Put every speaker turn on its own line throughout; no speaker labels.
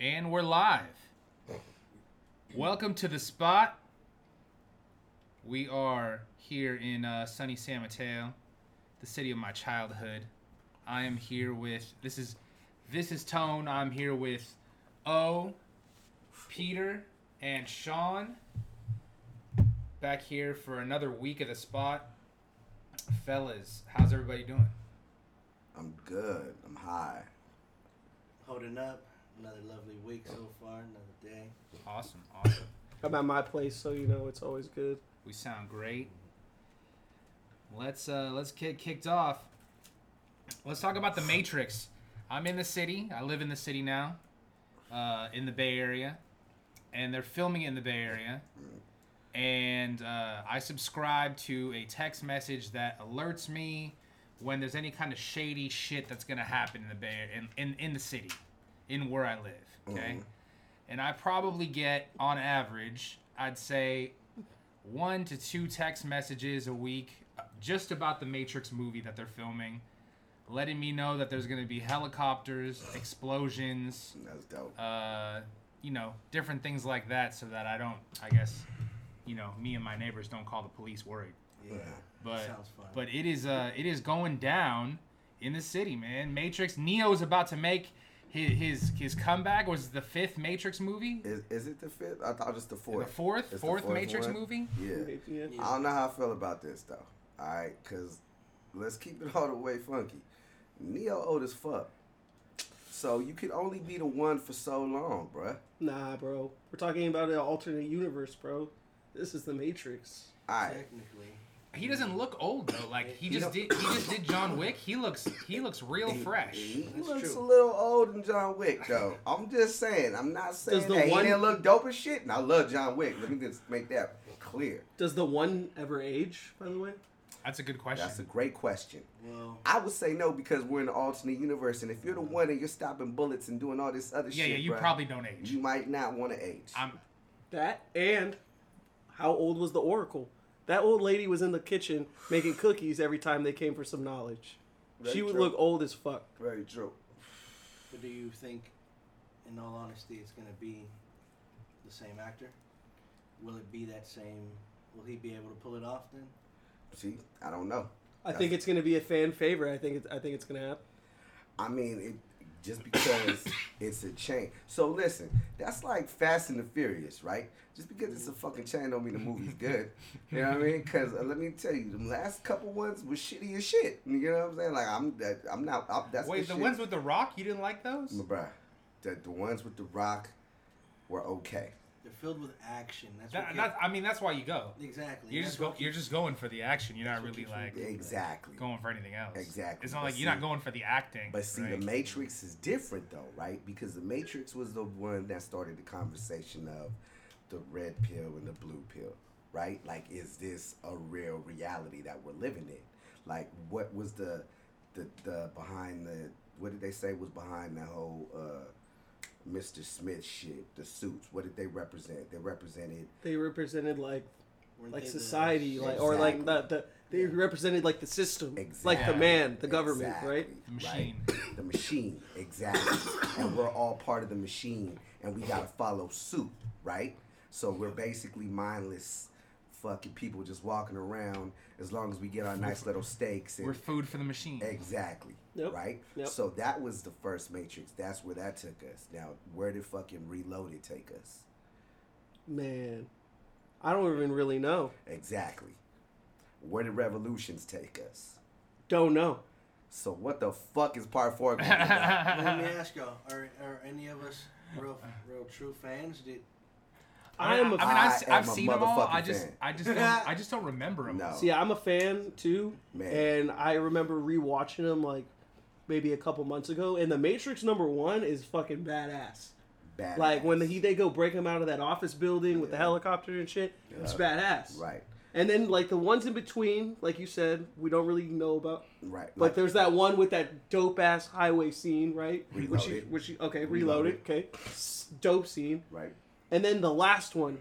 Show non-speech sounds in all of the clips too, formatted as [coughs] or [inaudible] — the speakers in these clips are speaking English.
And we're live. Welcome to the spot. We are here in uh, sunny San Mateo, the city of my childhood. I am here with this is this is Tone. I'm here with O, Peter, and Sean. Back here for another week of the spot. Fellas, how's everybody doing?
I'm good. I'm high.
holding up. Another lovely week so far, another day.
Awesome, awesome.
I'm at my place, so you know it's always good.
We sound great. Let's uh let's get kicked off. Let's talk about the Matrix. I'm in the city. I live in the city now, uh, in the Bay Area, and they're filming in the Bay Area. And uh, I subscribe to a text message that alerts me when there's any kind of shady shit that's gonna happen in the Bay in in, in the city, in where I live. Okay. And I probably get, on average, I'd say one to two text messages a week uh, just about the Matrix movie that they're filming, letting me know that there's going to be helicopters, explosions,
That's dope.
uh, you know, different things like that, so that I don't, I guess, you know, me and my neighbors don't call the police worried.
Yeah,
But
sounds fun.
but it is uh it is going down in the city, man. Matrix Neo is about to make his his, his comeback. Was it the fifth Matrix movie?
is, is it the fifth? I thought it was the fourth.
The fourth,
It's the
fourth, Matrix
one?
movie.
Yeah.
Yeah.
Yeah.
I don't know how I feel about this though. All right, cause let's keep it [laughs] all the way funky. Neo old as fuck. So you could only be the one for so long, bruh.
Nah, bro. We're talking about an alternate universe, bro. This is the Matrix.
All right.
technically,
He doesn't look old though. Like he
He
just
don't-
did. He just did John Wick. He looks. He looks real fresh.
He
That's
looks
true.
a little old than John Wick, though. I'm just saying. I'm not saying
the
that
one-
he didn't look dope as shit. And I love John Wick. Let me just make that clear.
Does the one ever age, by the way?
That's a good question.
That's a great question.
well,
I would say no because we're in an alternate universe, and if you're the one and you're stopping bullets and doing all this other
yeah,
shit,
yeah. You
bruh,
probably don't age.
you might not want to age.
I'm.
That and how old was the Oracle? That old lady was in the kitchen making cookies every time they came for some knowledge.
Very
she would
true.
look old as fuck.
Very true.
but do you think, in all honesty, it's gonna be the same actor? Will it be that same? Will he be able to pull it off then?
See, I don't know.
I think it's gonna be a fan favorite. I think it's, I think it's gonna happen.
I mean, it,
[coughs]
just because it's a chain. So listen, that's like Fast and the Furious, right? Just because it's a fucking chain don't mean
[laughs]
the movie's good. You know what I mean? Because uh, let me tell you, the last couple ones was shitty as shit. You know what I'm saying? Like I'm, that, I'm not. I'm, that's
Wait, the
the, shit.
ones with the rock. You didn't like those?
bruh, the, the ones with the rock were okay.
They're filled with action. That's
That,
what
that, I mean, that's why you go.
keep- exactly.
You're
that's
just go,
what
you're just going for the action. You're not
That's what
really
keeps me
like
going.
Exactly.
going for anything else.
Exactly,
It's not
but
like you're not
see-
going for the acting.
But see,
right?
the Matrix is different though, right? Because the Matrix was the one that started the conversation of the red pill and the blue pill, right? Like, is this a real reality that we're living in? Like, what was the the, the behind the what did they say was behind the whole uh, Mr. Smith shit? The suits. What did they represent? They represented
They represented like
Weren't
like
they the-
society, like or like the, the they represented like the system, like the
Exactly.
man, the government,
Exactly,
right?
The machine.
Right? [coughs] The machine, exactly. and we're all part of the machine, and we gotta follow suit, right? So we're basically mindless, fucking people just walking around as long as we get our nice little steaks. And
We're food for the machine.
Exactly.
Yep.
Right.
Yep.
So that was the first Matrix. That's where that took us. Now, where did fucking Reloaded take us?
Man, I don't even really know.
Exactly. Where did Revolutions take us?
Don't know.
So what the fuck is Part Four? Gonna be about?
Well,
[laughs]
let me ask y'all: Are are any of us real real true fans? Did
I am a
I mean, I've,
I
s-
am
I've
a
seen them all. I
motherfucking
just,
fan.
I just, don't, I just don't remember
[laughs]
them.
[laughs] No.
see. I'm a fan too,
Man.
and I remember rewatching them like maybe a couple months ago. And the Matrix number one is fucking badass.
Badass.
Like when he they go break him out of that office building with the
Yeah.
helicopter and shit. It's badass.
Right.
And then like the ones in between, like you said, we don't really know about.
Right.
But there's that one with that dope ass highway scene, right? Which you,
Reloaded.
which you, okay,
Reloaded.
reloaded. Okay, S- dope scene.
Right.
And then the last one,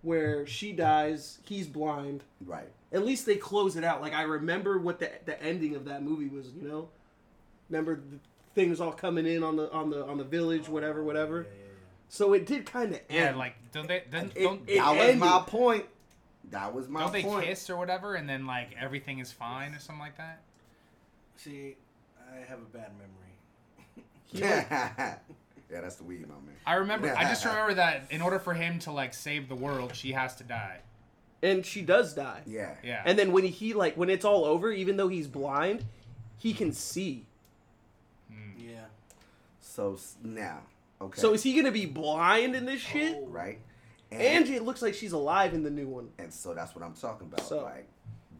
where she dies, he's blind.
Right.
At least they close it out. Like I remember what the the ending of that movie was. You know, remember the things all coming in on the on the on the village, whatever, whatever.
yeah, yeah,
So it did kind of
Yeah,
end.
like don't they don't
It-
don't,
it-
that was
ended.
my point. That was my
don't they
point.
kiss or whatever, and then like everything is fine or something like that?
See, I have a bad memory.
[laughs] yeah, that's the weed, my man.
I remember. I
[laughs]
just remember that in order for him to like save the world, she has to die.
[laughs] and she does die.
Yeah.
Yeah.
And then when he like when it's all over, even though he's blind, he can see.
Hmm.
Yeah.
So s- now, okay.
So is he gonna be blind in this shit?
Oh.
right?
And it looks like she's alive in the new one.
And so that's what I'm talking about.
So-
like,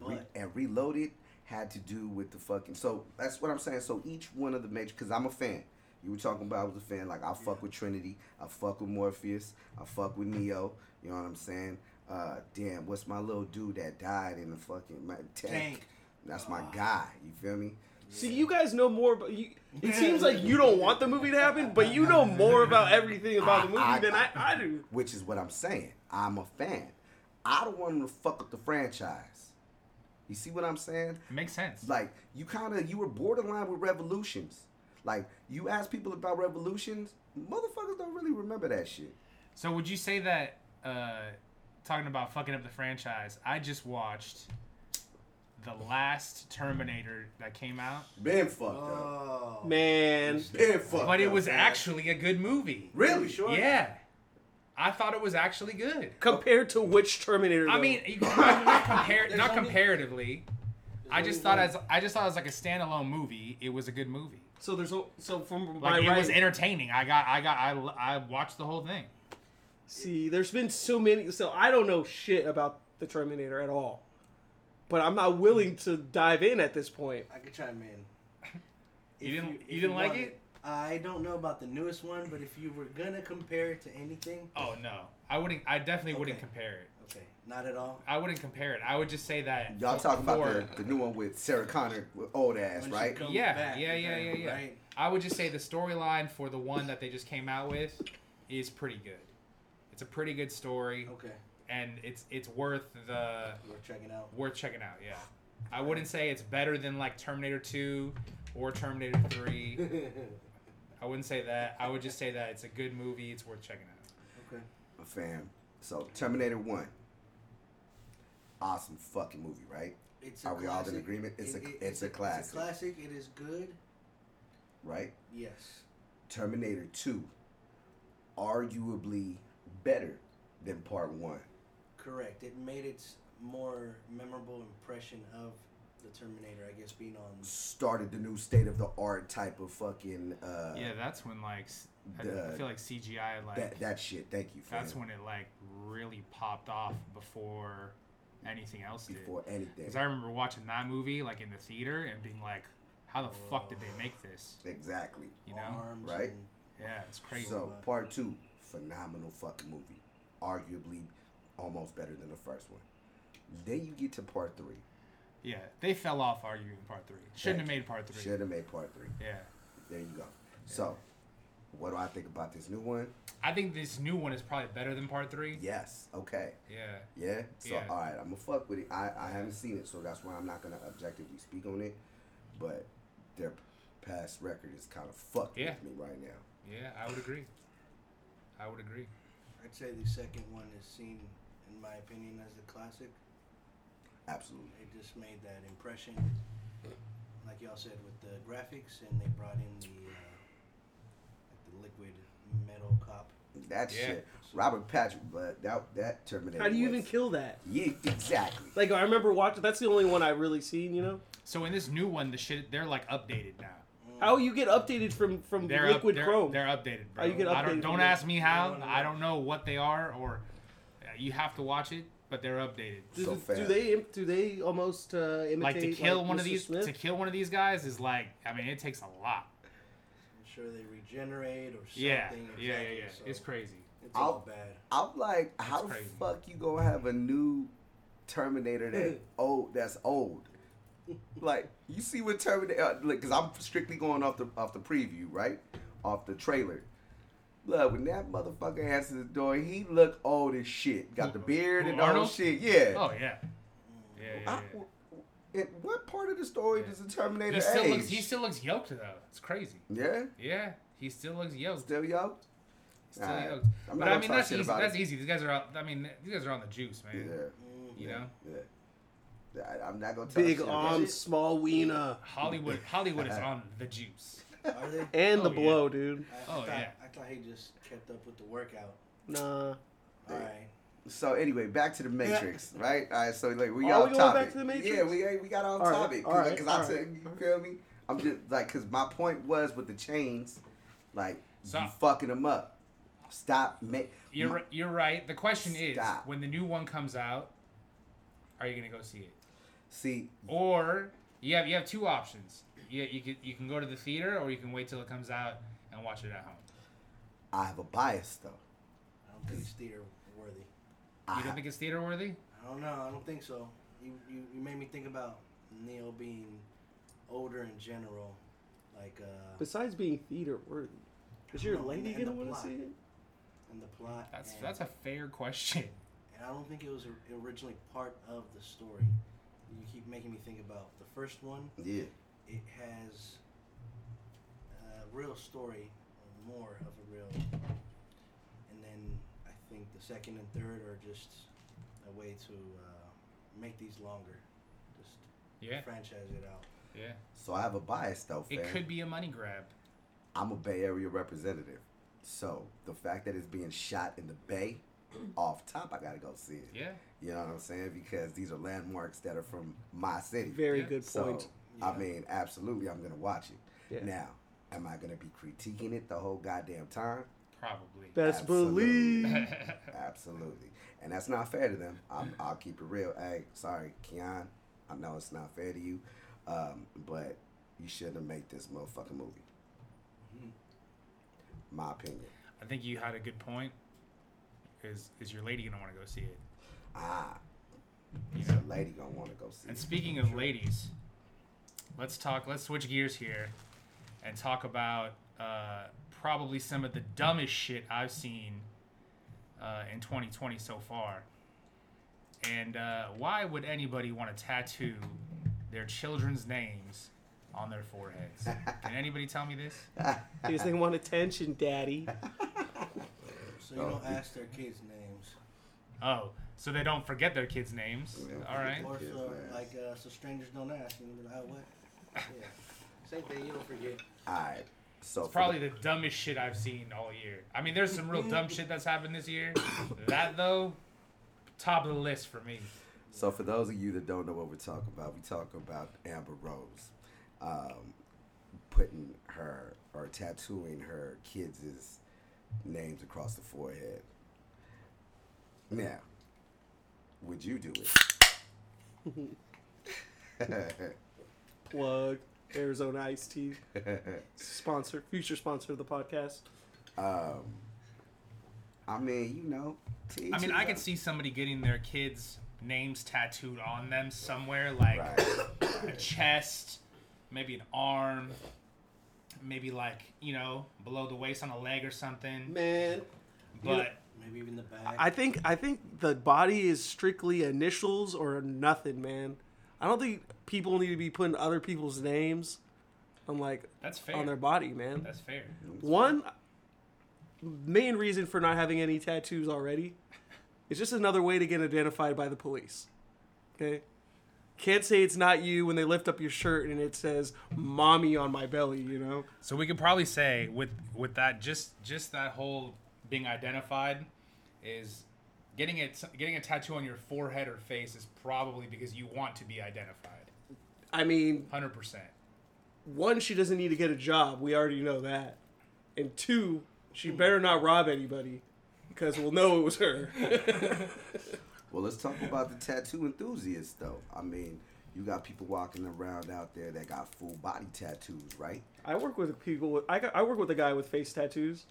re-
But-
and Reloaded had to do with the fucking. So that's what I'm saying. So each one of the major, because I'm a fan. You were talking about I was a fan. Like I fuck with Trinity. I fuck with Morpheus. I fuck with Neo. You know what I'm saying? Uh, damn, what's my little dude that died in the fucking my tank?
Tank.
That's
Ah.
my guy. You feel me?
See, you guys know more. But you, it seems like you don't want the movie to happen, but you know more about everything about the movie than I, I do.
Which is what I'm saying. I'm a fan. I don't want him to fuck up the franchise. You see what I'm saying?
It makes sense.
like you kind of you were borderline with revolutions like you ask people about revolutions motherfuckers don't really remember that shit
So would you say that uh, talking about fucking up the franchise? I just watched the last Terminator that came out,
been fucked up
Oh.
Man,
been fucked
but it
up,
was
man.
actually a good movie.
really
Sure.
Yeah, I thought it was actually good.
compared to which Terminator?
I
though?
mean, you- not,
[laughs]
not compar-
There's
not
only-
comparatively. I
only
just thought
one.
as I just thought as like a standalone movie, it was a good movie.
so there's a, so from
Like
my
it was
right-
entertaining. I got I got I, l- I watched the whole thing.
See, there's been so many. So I don't know shit about the Terminator at all, but I'm not willing to dive in at this point.
I could chime in.
[laughs]
You
If
didn't-
if
you didn't like
want
it?
I don't know about the newest one, but if you were gonna compare it to anything,
Oh no, I wouldn't. I definitely wouldn't
Okay.
compare it.
okay, not at all.
I wouldn't compare it. I would just say that
y'all talking about
for-
the, the new one with sarah connor with old ass
When she
right
comes
Yeah,
back,
yeah, yeah, yeah,
right,
yeah.
Right?
I would just say the storyline for the one that they just came out with is pretty good. It's a pretty good story,
Okay,
and it's it's worth the
we're checking
[laughs]
out.
worth checking out. Yeah, I wouldn't say it's better than like Terminator Two or Terminator Three.
okay.
I wouldn't say that. I would just say that it's a good movie. It's worth checking out.
fam so terminator 1 awesome fucking movie right
It's
Are we all in agreement? It's a- it's a classic.
It's a classic. It is good.
right
Yes.
terminator 2 arguably better than part 1
Correct. It made its more memorable impression of the Terminator, I guess, being on.
started the new state of the art type of fucking uh
yeah, that's when like s- I
the-
feel like CGI like
that that shit. Thank you. For
that's when it like really popped off before anything else did.
before anything.
Because I remember watching that movie like in the theater and being like, "How the fuck did they make this?"
Exactly.
You know?
arms
Right.
and-
Yeah, it's crazy.
So part two, phenomenal fucking movie, arguably almost better than the first one. Then you get to part three.
yeah, they fell off arguing part three. Shouldn't have made part three.
Should have made part three.
Yeah,
There you go. So, what do I think about this new one?
I think this new one is probably better than part three.
Yes. Okay.
Yeah,
Yeah. So
Yeah.
all right, I'm gonna fuck with it. I, I haven't seen it, so that's why I'm not gonna objectively speak on it. But their past record is kind of fucked
Yeah.
with me right now.
yeah, I would agree. I would agree.
I'd say the second one is seen, in my opinion, as the classic.
Absolutely.
It just made that impression, like y'all said, with the graphics, and they brought in the uh, like the liquid metal cop.
That
Yeah.
shit. Robert Patrick, but that that Terminator.
How do you
was-
even kill that?
Yeah, exactly.
Like I remember watching. That's the only one I really seen. You know
So in this new one, the shit they're like updated now. Oh,
how you get updated from from
They're up-
liquid
they're-
chrome.
They're updated, bro.
Oh, you get
I don't,
updated
don't
with-
ask me how.
No, no, no.
I don't know what they are, or uh, you have to watch it. But they're updated.
do,
So
do
fast.
they im- do they almost uh, imitate
Like to kill one of
Mr.
these,
Smith?
to kill one of these guys is like, I mean, it takes a lot.
I'm sure they regenerate or something.
Yeah,
exactly,
yeah, yeah, yeah.
So
It's crazy.
It's all
I'll-
bad.
[laughs] I'm like, how the
That's crazy.
fuck you gonna have a new Terminator
[laughs]
that old that's old? Like, you see what Terminator? uh, Look, because I'm strictly going off the off the preview, right? Off the trailer. Look, when that motherfucker answered the door, he looked old as shit. Got the beard
who,
and all
Arnold?
shit. Yeah.
Oh yeah, yeah, yeah.
I- w- w- in what part of the story does the Terminator
He still
age?
looks. He still looks yoked though. It's crazy.
yeah,
Yeah, he still looks yoked.
still yo.
He's still
Alright.
yoked. But
I'm
I
not gonna
mean,
talk
that's
shit
easy.
about
That's
it.
easy. These guys are out. I mean, these guys are on the juice, man.
Yeah.
Mm.
You
yeah,
know,
Yeah. Yeah, I, I'm not gonna talk
Big
shit about
arms, small wiener,
Hollywood. Hollywood is on the juice.
Are they?
and the
Oh, yeah.
blow, dude.
I, I
Oh,
thought,
yeah.
I thought he just kept up with the workout.
Nah.
Yeah.
All right.
it. So anyway, back to the Matrix, right? All right. So like we got
Are we
off
going back
topic.
to the Matrix?
Yeah, we we got on
All right,
topic
all right,
because
all
I said you feel me. I'm just like because my point was with the chains, like you
Stop.
fucking them up. Stop. Ma-
You're ri- you're right. The question is,
Stop.
when the new one comes out, are you gonna go see it?
See,
Or you have you have two options. You you can you can go to the theater, or you can wait till it comes out and watch it at home.
I have a bias though.
I don't think it's theater worthy.
I
You don't
ha-
think it's theater worthy?
I don't know. I don't think so. You, you, you made me think about Neo being older in general. Like, uh,
Besides being theater worthy, is your
No, and-
lady
and
gonna
the
want to
plot.
see it?
and the plot.
That's
and,
that's a fair question. [laughs]
and I don't think it was originally part of the story. You keep making me think about the first one.
yeah.
It has a real story, or more of a real. And then I think the second and third are just a way to uh, make these longer. Just
Yeah,
franchise it out.
yeah.
So I have a bias though.
It
fam.
could be a money grab.
I'm a Bay Area representative. So the fact that it's being shot in the Bay, off top, I gotta go see it.
Yeah.
You know what I'm saying? Because these are landmarks that are from my city.
Very
Yeah.
good
so,
point.
I
Yeah.
mean, absolutely, I'm gonna watch it.
Yeah.
Now, am I gonna be critiquing it the whole goddamn time?
Probably.
Best
Absolutely.
believe.
Absolutely. And that's not fair to them. I'm, I'll keep it real. Hey, sorry, Keon. I know it's not fair to you, um, but you shouldn't have made this motherfucking movie. My opinion.
[laughs] I think you had a good point. Is is your lady gonna want to go see it?
Ah,
You
the
know?
lady gonna want to go see.
And
it.
speaking of ladies, let's talk. Let's switch gears here, and talk about uh, probably some of the dumbest shit I've seen uh, in 2020 so far. And uh, why would anybody want to tattoo their children's names on their foreheads? Can anybody tell me this?
Because they want attention, daddy.
So you
Oh,
don't
yeah.
ask their kids names,
Oh, so they don't forget their kids' names.
Yeah.
All right.
or
Kids'
so
names.
like uh, so strangers don't ask. You know, like, oh, what? [laughs] Yeah, same thing. You don't forget.
All right. So
It's probably the dumbest shit I've seen all year. I mean, there's some real dumb shit that's happened this
[coughs]
year. That though, top of the list for me.
So for those of you that don't know what we're talking about, we talk about Amber Rose um, putting her or tattooing her kids' names across the forehead. Now, would you do it?
Plug Arizona Ice Tea. Sponsor, future sponsor of the podcast.
um, I mean, you know. to
I
each
mean,
his
I
[laughs]
could
own.
see somebody getting their kids' names tattooed on them somewhere, like
Right.
a chest, maybe an arm, maybe like you know below the waist on a leg or something.
Man,
But
Maybe even the back.
I think I think the body is strictly initials or nothing, man. I don't think people need to be putting other people's names on like
that's fair.
on their body, man.
that's fair.
One main reason for not having any tattoos already is just another way to get identified by the police. Okay? Can't say it's not you when they lift up your shirt and it says mommy on my belly, you know?
So we could probably say with with that just just that whole being identified is getting it getting a tattoo on your forehead or face is probably because you want to be identified.
I mean,
Hundred percent.
one, she doesn't need to get a job. We already know that. And two, she better not rob anybody because we'll know it was her.
Well, let's talk about the tattoo enthusiasts, though. I mean, you got people walking around out there that got full body tattoos, right?
[laughs] I work with people. With, I got, I work with a guy with face tattoos,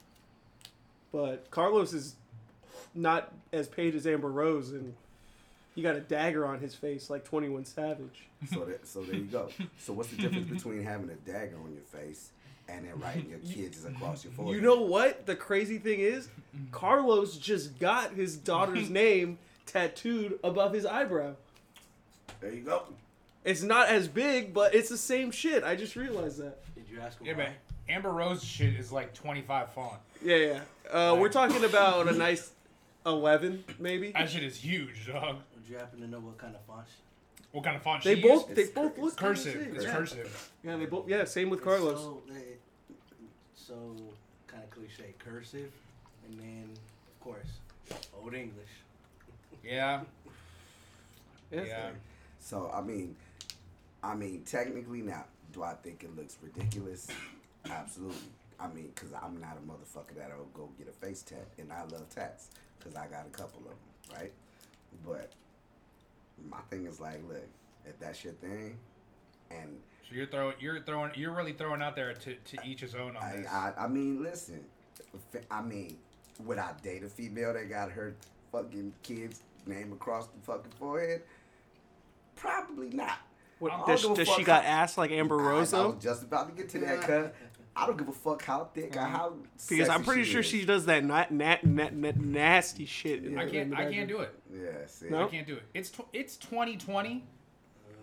but Carlos is not as paid as Amber Rose, and he got a dagger on his face like Twenty One Savage.
So that, so there you go. So what's the
[laughs]
difference between having a dagger on your face and then writing your kids across your forehead?
You know what? The crazy thing is, Carlos just got his [laughs] daughter's name tattooed above his eyebrow.
there you go.
It's not as big, but it's the same shit. I just realized that.
Did you ask him
Yeah,
why?
but Amber Rose shit is like 25 font.
Yeah, yeah. Uh, we're talking about a nice eleven, maybe.
That shit is huge, dog.
Would you happen to know what kind of font?
What kind of font?
They
she
both
used?
they
It's
both
cur-
look
cursive. It's
yeah.
cursive.
Yeah, they both. Yeah, same with Carlos.
So, it- so kind of cliche, cursive, and then of course, old English.
Yeah.
yeah.
Yeah.
So I mean, I mean, technically now, do I think it looks ridiculous? Absolutely. I mean, cause I'm not a motherfucker that'll go get a face tat, and I love tats, cause I got a couple of them, right? But my thing is like, look, if that's your thing, and
So you're throwing, you're throwing, you're really throwing out there to, to each his own on this.
I, I, I mean, listen. f- I mean, would I date a female that got her fucking kid's name across the fucking forehead? Probably not. I
What,
don't
does
give a
does
fuck
she got
how-
ass like Amber Rose
I, I
though?
was just about to get to that, cuz. I don't give a fuck how thick
Mm-hmm.
or how.
Because I'm
sexy
pretty sure
is.
she does that na na na na nasty shit. in
I
the- in
can't,
the
I
bedroom.
can't do it.
Yeah, see.
I
No?
can't do it. It's tw- it's 2020.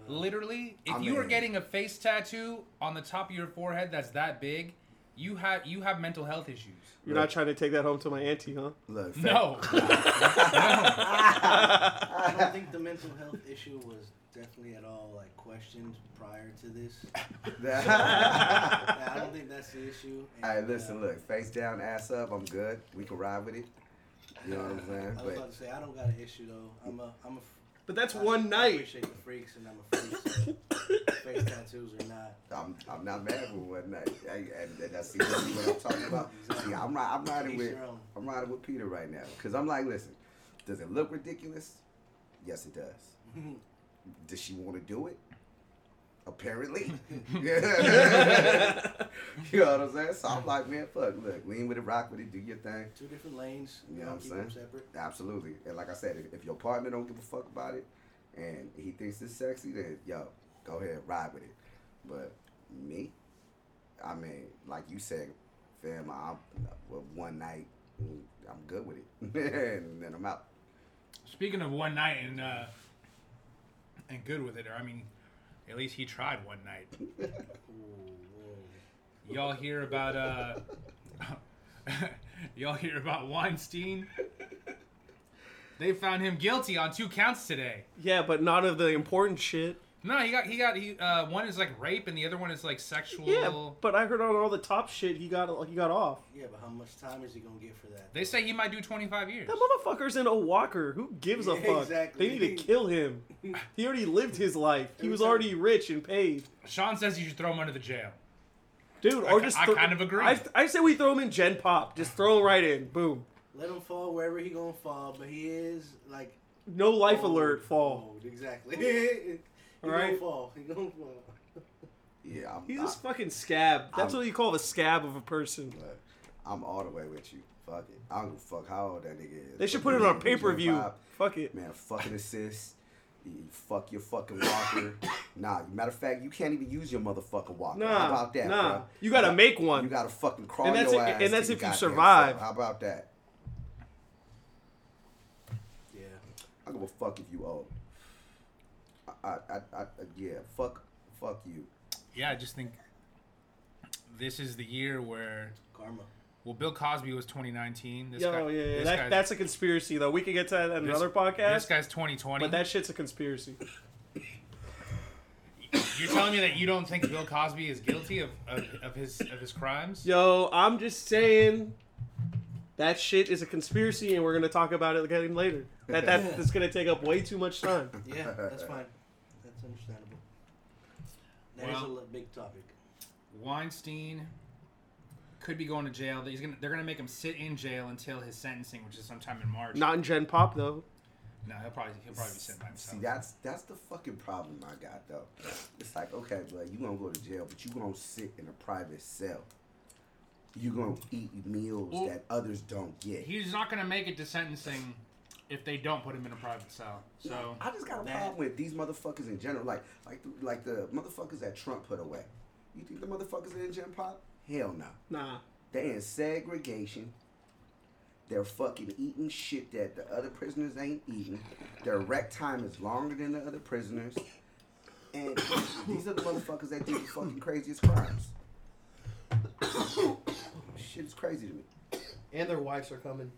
Literally, if
I
you are
mean-
getting a face tattoo on the top of your forehead that's that big, you have you have mental health issues.
You're not trying to take that home to my auntie, huh?
Look, fam-
No,
I
[laughs]
don't think the mental health issue was definitely at all like questioned prior to
[laughs]
this. I don't think that's the issue.
[laughs]
and,
All right, listen,
uh,
look. Face down, ass up. I'm good. We can ride with it. You know what I'm
I
saying?
was about
But
to say I don't got an issue though. I'm a I'm a.
But that's
I-
one
I
night.
appreciate the freaks and I'm a freak. So
[laughs]
face tattoos or not. [laughs]
I'm, I'm not mad with one night. I, and, and that's exactly what I'm talking about. See, I'm, ri- I'm riding
Each
with
their own.
I'm riding with Peter right now because I'm like, listen, does it look ridiculous? Yes, it does. Does she want to do it? Apparently. [laughs] you know what I'm saying? So I'm like, man, fuck, look, lean with it, rock with it, do your thing.
Two different lanes.
You know what
don't
I'm
keep
saying?
them separate.
Absolutely. And like I said, if, if your partner don't give a fuck about it and he thinks it's sexy, then yo, go ahead, ride with it. But me, I mean, like you said, fam, I'm well, one night, mm, I'm good with it, [laughs] and then I'm out.
Speaking of one night and uh, and good with it, or I mean, at least he tried one night.
Ooh, whoa.
Y'all hear about uh, [laughs] y'all hear about Weinstein? They found him guilty on two counts today.
Yeah, but not of the important shit.
No, he got he got he uh, one is like rape and the other one is like sexual.
Yeah, but I heard on all the top shit he got he got off.
Yeah, but how much time is he gonna get for that?
They say he might do 25 years.
That motherfucker's in a walker. Who gives a
Yeah,
fuck?
exactly.
They need to kill him. He already lived his life. He was already rich and paid.
Sean says you should throw him under the jail.
Dude, or
I-
just
I
throw-
kind of agree.
I, I say we throw him in Gen Pop. Just throw him right in. Boom.
Let him fall wherever he gonna fall, but he is like
No life
old,
alert. Fall.
old, exactly. [laughs] he gonna
Alright.
fall. He gonna fall.
Yeah, I'm.
He's
I-
this fucking scab. That's
Ah. I'm-
what you call the scab of a person.
Look, I'm all the way with you. Fuck it. I don't give a fuck how old that nigga is.
They should
If
put it
you
on
ain't
pay per view.
25,
Fuck it.
Man, fucking assist. You you fuck your fucking
[coughs]
walker. nah, matter of fact, you can't even use your motherfucking walker.
Nah,
How about that,
nah.
bruh?
You gotta make one.
You gotta fucking crawl
And that's
your
if-
ass.
and
to
that's
your
if you
goddamn self.
survive.
How about that?
Yeah.
I don't give a fuck if you old. I, I, I, I yeah, fuck, fuck you.
Yeah, I just think this is the year where
Karma.
well, Bill Cosby was 2019. This
Yo,
guy-
yeah, yeah.
this
That,
guy's-
that's a conspiracy, though. We could get to that in
this-
another
This
podcast.
guy's 2020.
but that shit's a conspiracy.
[coughs] You're telling me that you don't think Bill Cosby is guilty of, of, of his of his crimes?
Yo, I'm just saying that shit is a conspiracy, and we're gonna talk about it again later. That that that's gonna take up way too much time.
Yeah, that's fine. That's understandable. That is
Well-
a li- big topic.
Weinstein could be going to jail. He's gonna they're gonna make him sit in jail until his sentencing, which is sometime in March.
Not in Gen Pop though.
No, he'll probably he'll probably be sitting by himself.
See, that's that's the fucking problem I got though. It's like, okay, but you gonna go to jail, but you gonna sit in a private cell. You gonna eat meals
Well-
that others don't get.
He's not gonna make it to sentencing if they don't put him in a private cell. So
I just got a
That-
problem with these motherfuckers in general, like like the, like the motherfuckers that Trump put away. You think the motherfuckers in Gen Pop? Hell no.
Nah.
They in segregation. They're fucking eating shit that the other prisoners ain't eating. Their rec time is longer than the other prisoners. [coughs] And these are the motherfuckers that do the fucking craziest crimes. [coughs] Shit is crazy to me.
And their wives are coming.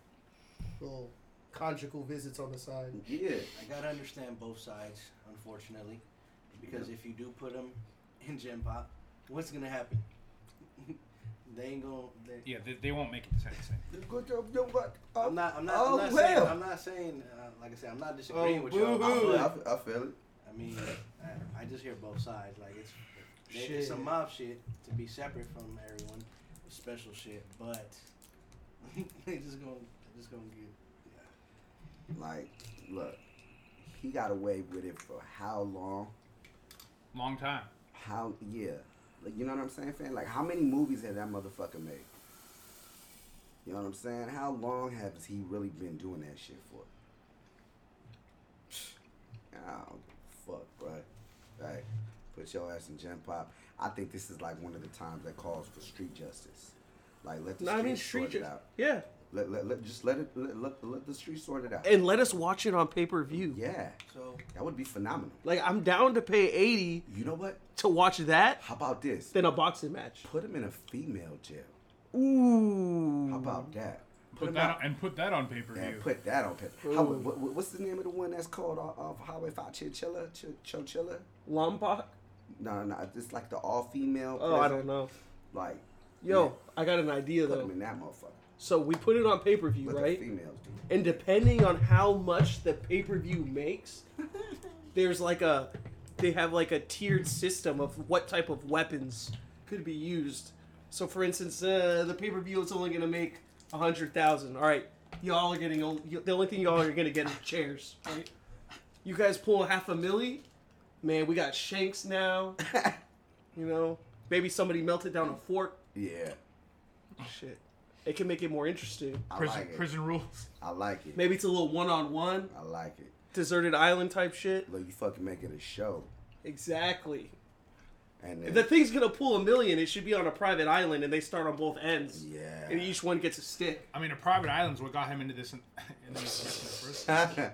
Little conjugal visits on the side.
Yeah.
I gotta understand both sides, unfortunately, because if you do put them [laughs] in Gen Pop, what's gonna happen? [laughs] they ain't gonna. They,
Yeah, they, they won't make it to Sensei.
Good job, no, but- oh,
I'm not. I'm not.
Oh,
I'm not
well.
saying. I'm not saying. Uh, like I said, I'm not disagreeing
Oh,
with y'all.
boo-hoo.
but,
I, I feel it.
I mean, I, I just hear both sides. Like it's, they-
Shit.
it's some mob shit to be separate from everyone, special shit. But [laughs] they just gonna, they just gonna get.
Like, look, he got away with it for how long?
Long time.
How yeah, like you know what I'm saying, fam? Like how many movies has that motherfucker made? You know what I'm saying? How long has he really been doing that shit for? Oh fuck, bro. Like, put your ass in Gen Pop. I think this is like one of the times that calls for street justice. Like let the
No,
street,
I mean street
sort it
ju-
out.
Yeah.
Let, let, let just let it let, let, let the street sort it out.
And let us watch it on pay per view.
yeah,
So
that would be phenomenal.
Like I'm down to pay eighty
You know what?
to watch that
How about this?
than a boxing match.
Put him in a female jail.
Ooh.
How about that?
Put
him
that
[laughs] out-
on, and put that on pay per
and
view.
put that on paper.
Ooh.
How, what, what- what's the name of the one that's called off, off Highway Five Chinchilla? Ch- Chochilla?
Lombok?
No, no, it's like the all female.
Oh, I don't know.
Like
Yo,
yeah,
I got an idea
put him
though.
in that motherfucker.
So we put it on pay per view,
Let
right?
the females do. [laughs] it.
and depending on how much the pay per view makes, there's like a they have like a tiered system of what type of weapons could be used. So, for instance, uh, the pay per view is only gonna make a hundred thousand. All right, y'all are getting o- y- the only thing y'all are gonna get is chairs. Right? You guys pull half a milli, man. We got shanks now. you know, maybe somebody melted down a fork.
Yeah,
Shit, it can make it more interesting.
I
Prison,
like it.
prison rules.
I like it.
Maybe it's a little one on one,
I like it.
deserted island type shit.
Look, you fucking make it a show,
Exactly.
and
If
then,
the thing's gonna pull a million, it should be on a private island, and they start on both
[laughs]
ends.
Yeah. [laughs]
And each one gets a stick.
I mean, a private island's what got him into this. In, [laughs] in this in the first place.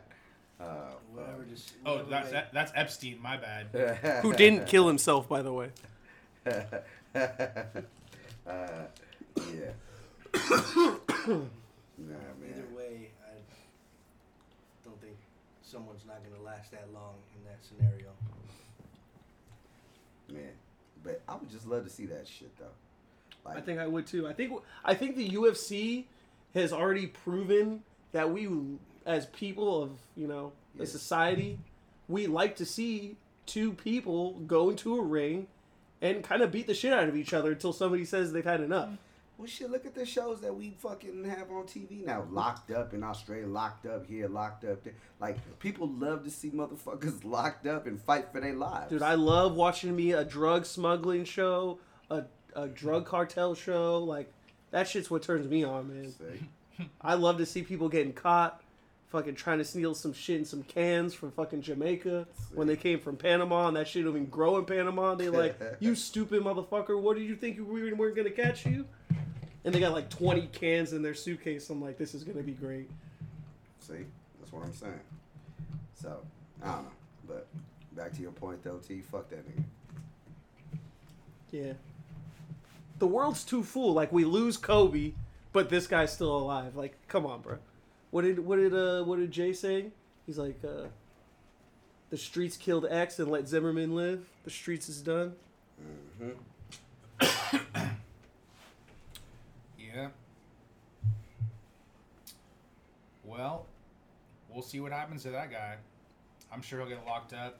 whatever. Just
oh,
whatever
that,
they-
that, that's Epstein. My bad.
[laughs]
Who didn't kill himself, by the way?
Uh,
[coughs]
yeah. nah, man.
Either way, I don't think someone's not gonna last that long in that scenario.
Man, but I would just love to see that shit though. Like,
I think I would too. I think I think the UFC has already proven that we, as people of you know a
Yes.
society, we like to see two people go into a ring and kind of beat the shit out of each other until somebody says they've had enough.
well, shit. Look at the shows that we fucking have on TV now. Locked up in Australia, locked up here, locked up there. Like people love to see motherfuckers [laughs] locked up and fight for their lives.
Dude, I love watching me a drug smuggling show, a, a drug cartel show. Like, that shit's what turns me on, man.
See?
I love to see people getting caught, fucking trying to steal some shit in some cans from fucking Jamaica when they came from Panama and that shit don't even grow in Panama. They like, you stupid motherfucker, what did you think we weren't gonna catch you? And they got like 20 cans in their suitcase. I'm like, this is gonna be great.
See, that's what I'm saying. So I don't know, but back to your point though, T. Fuck that nigga.
Yeah. The world's too full. Like we lose Kobe, but this guy's still alive. Like, come on, bro. What did what did uh what did Jay say? He's like, uh the streets killed X and let Zimmerman live. The streets is done.
Yeah. Well, we'll see what happens to that guy. I'm sure he'll get locked up.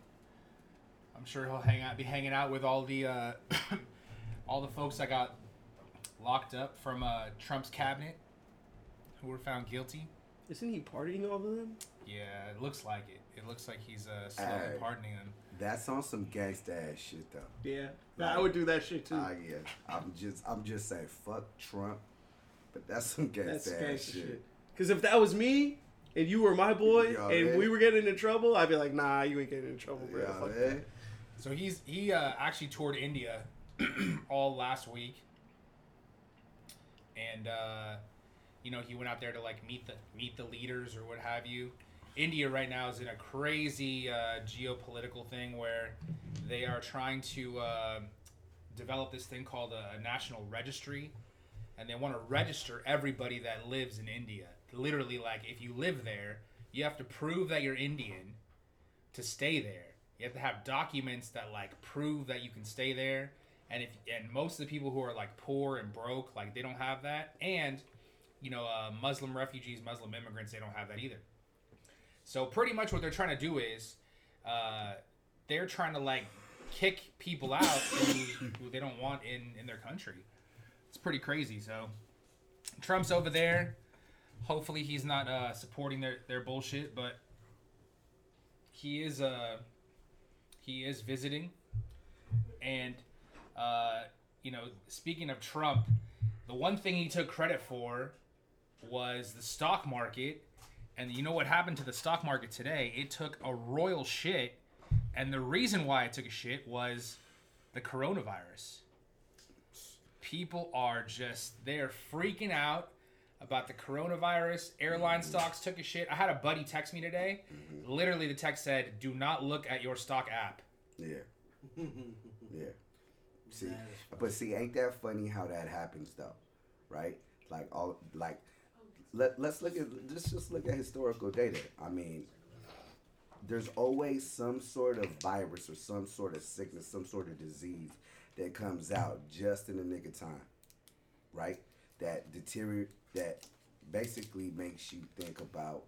I'm sure he'll hang out, be hanging out with all the, uh, [coughs] all the folks that got locked up from uh, Trump's cabinet, who were found guilty.
Isn't he partying over them?
Yeah, it looks like it. It looks like he's uh, slowly
Alright.
pardoning them.
That's on some gangsta ass shit though.
Yeah. Nah, I would do that shit too.
Ah, yeah. I'm just, I'm just saying, fuck Trump. But that's some
That's
gangsta ass
gangster
shit.
shit. Cause if that was me and you were my boy
Yo,
and
man.
we were getting in trouble, I'd be like, nah, you ain't getting in trouble, bro.
Yeah,
Fuck that.
man.
So he's he uh, actually toured India [clears throat] all last week, and uh, you know he went out there to like meet the meet the leaders or what have you. India right now is in a crazy uh, geopolitical thing where they are trying to uh, developed this thing called a national registry, and they want to register everybody that lives in India. Literally, like if you live there, you have to prove that you're Indian to stay there. You have to have documents that like prove that you can stay there. And if and most of the people who are like poor and broke, like they don't have that. And you know, uh, Muslim refugees, Muslim immigrants, they don't have that either. So pretty much what they're trying to do is, uh, they're trying to like kick people out who, who they don't want in in their country. It's pretty crazy. So Trump's over there. Hopefully he's not uh, supporting their their bullshit, but he is uh he is visiting, and uh, you know speaking of Trump, the one thing he took credit for was the stock market. And you know what happened to the stock market today? It took a royal shit. And the reason why it took a shit was the coronavirus. People are just, they're freaking out about the coronavirus. Airline stocks took a shit. I had a buddy text me today. Literally, the text said, do not look at your stock app.
Yeah. yeah. See,
That is
but see, ain't that funny how that happens though, right? Like all, like let let's look at let's just look at historical data. I mean, there's always some sort of virus or some sort of sickness, some sort of disease that comes out just in the nick of time, right? That deteriorate that basically makes you think about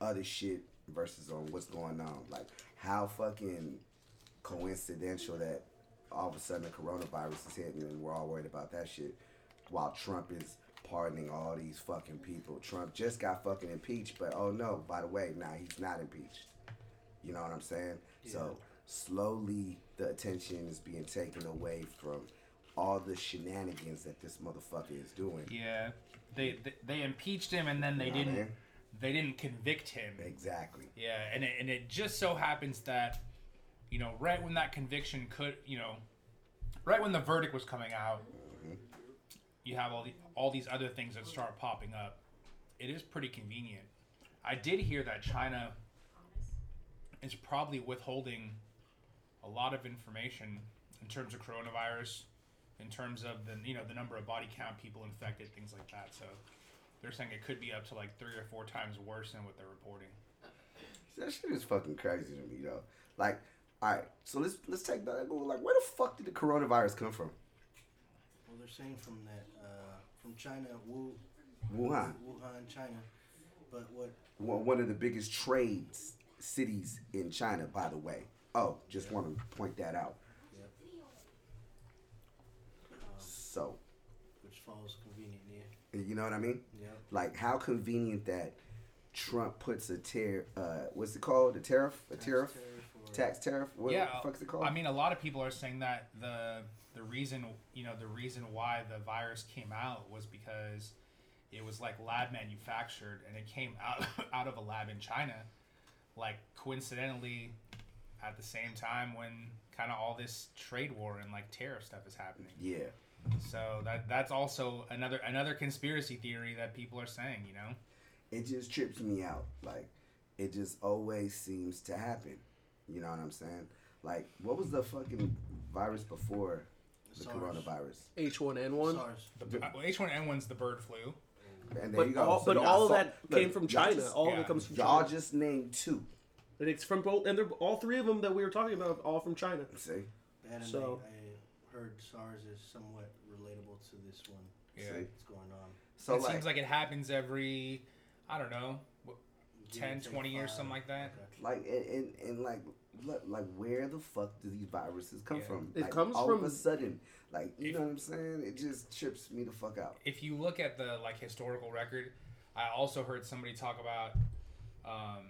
other shit versus on what's going on. Like how fucking coincidental that all of a sudden the coronavirus is hitting and we're all worried about that shit while Trump is pardoning all these fucking people. Trump just got fucking impeached, but oh no, by the way, now he's not impeached. You know what I'm saying? So slowly the attention is being taken away from all the shenanigans that this motherfucker is doing.
Yeah. They, they, they impeached him and then they
Yeah,
didn't
man.
they didn't convict him.
Exactly.
Yeah, and it, and it just so happens that, you know, right when that conviction could, you know, right when the verdict was coming out, you have all the all these other things that start popping up. It is pretty convenient. I did hear that China is probably withholding a lot of information in terms of coronavirus, in terms of the you know the number of body count, people infected, things like that. So they're saying it could be up to like three or four times worse than what they're reporting.
That shit is fucking crazy to me, though. Like, all right, so let's let's take that. Like, where the fuck did the coronavirus come from?
Well, they're saying from that uh, from China, Wu,
Wuhan,
Wuhan, China. But what
one one of the biggest trade s- cities in China, by the way. Oh, just want to point that out.
Yep.
So,
which falls conveniently.
you know what I mean?
Yep.
Like, how convenient that Trump puts a tear. Uh, what's it called? A tariff? A tariff?
for-
Tax tariff? What
yeah,
the fuck's it called?
I mean, a lot of people are saying that the the reason you know the reason why the virus came out was because it was like lab manufactured and it came out [laughs] out of a lab in China, like coincidentally, at the same time when kind of all this trade war and like tariff stuff is happening.
yeah,
So that that's also another another conspiracy theory that people are saying. You know,
it just trips me out. Like, it just always seems to happen. You know what I'm saying? Like, what was the fucking virus before the
SARS.
coronavirus?
H1N1.
SARS.
Uh, H one N one's the bird flu.
And there
But
you go.
all,
So
but
y'all
all of
saw-
that
look,
came from
y'all
China.
just-
all of
yeah.
it comes from
Y'all
China.
just named two.
and it's from both, and they're all three of them that we were talking about, all from China.
See?
Bad
So-
so, I heard SARS is somewhat relatable to this one
Yeah.
See?
that's going on.
So
it
like,
seems
like
like it happens every, I don't know, wh-
Give
10,
or take
20 years,
five.
something like that.
Okay.
and, and, and like look, like where the fuck do these viruses come
Yeah.
from?
It
Like,
comes
all of
from-
a sudden. Like you know what I'm saying? It just trips me the fuck out.
If you look at the like historical record, I also heard somebody talk about um,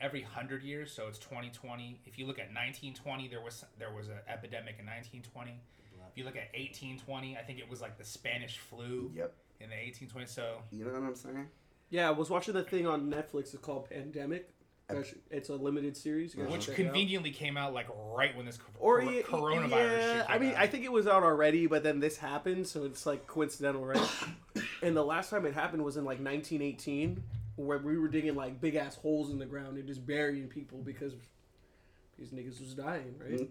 every hundred years, so it's 2020. If you look at 1920, there was there was an epidemic in 1920. If you look at 1820, I think it was like the Spanish flu
Yep.
in the 1820s. So
You know what I'm saying?
Yeah, I was watching that thing on Netflix. It's called Pandemic. Gosh, It's a limited series. You guys
which
should check it out.
conveniently came out like right when this co-
or
cor-
yeah,
coronavirus.
Yeah,
shit
I
came
mean,
out.
I think it was out already, but then this happened, so it's like coincidental, right? [coughs] and the last time it happened was in like 1918, where we were digging like big ass holes in the ground and
Mm-hmm.
just burying people because these niggas was dying, right?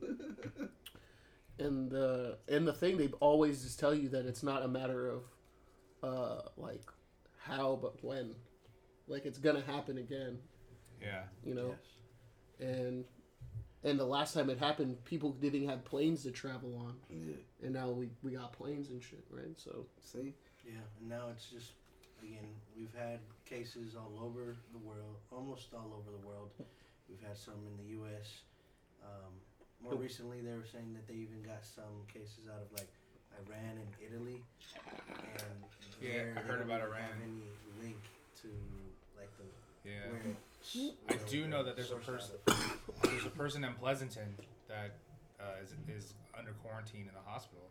and the and the thing they always just tell you that it's not a matter of uh like how but when like it's gonna happen again
Yeah.
you know
Yes.
and and the last time it happened people didn't even have planes to travel on
[laughs] Yeah.
and now we we got planes and shit right so
See?
Yeah, and now it's just again we've had cases all over the world, almost all over the world. We've had some in the U.S. Um, more recently, they were saying that they even got some cases out of like Iran and Italy, and
Yeah,
there
I
they
heard
don't
about
even Have
Iran.
any link to like the
Yeah.
where? it's-
I
where
do
the
know that there's a
source
person-
out of.
There's a person in Pleasanton that uh, is, is under quarantine in the hospital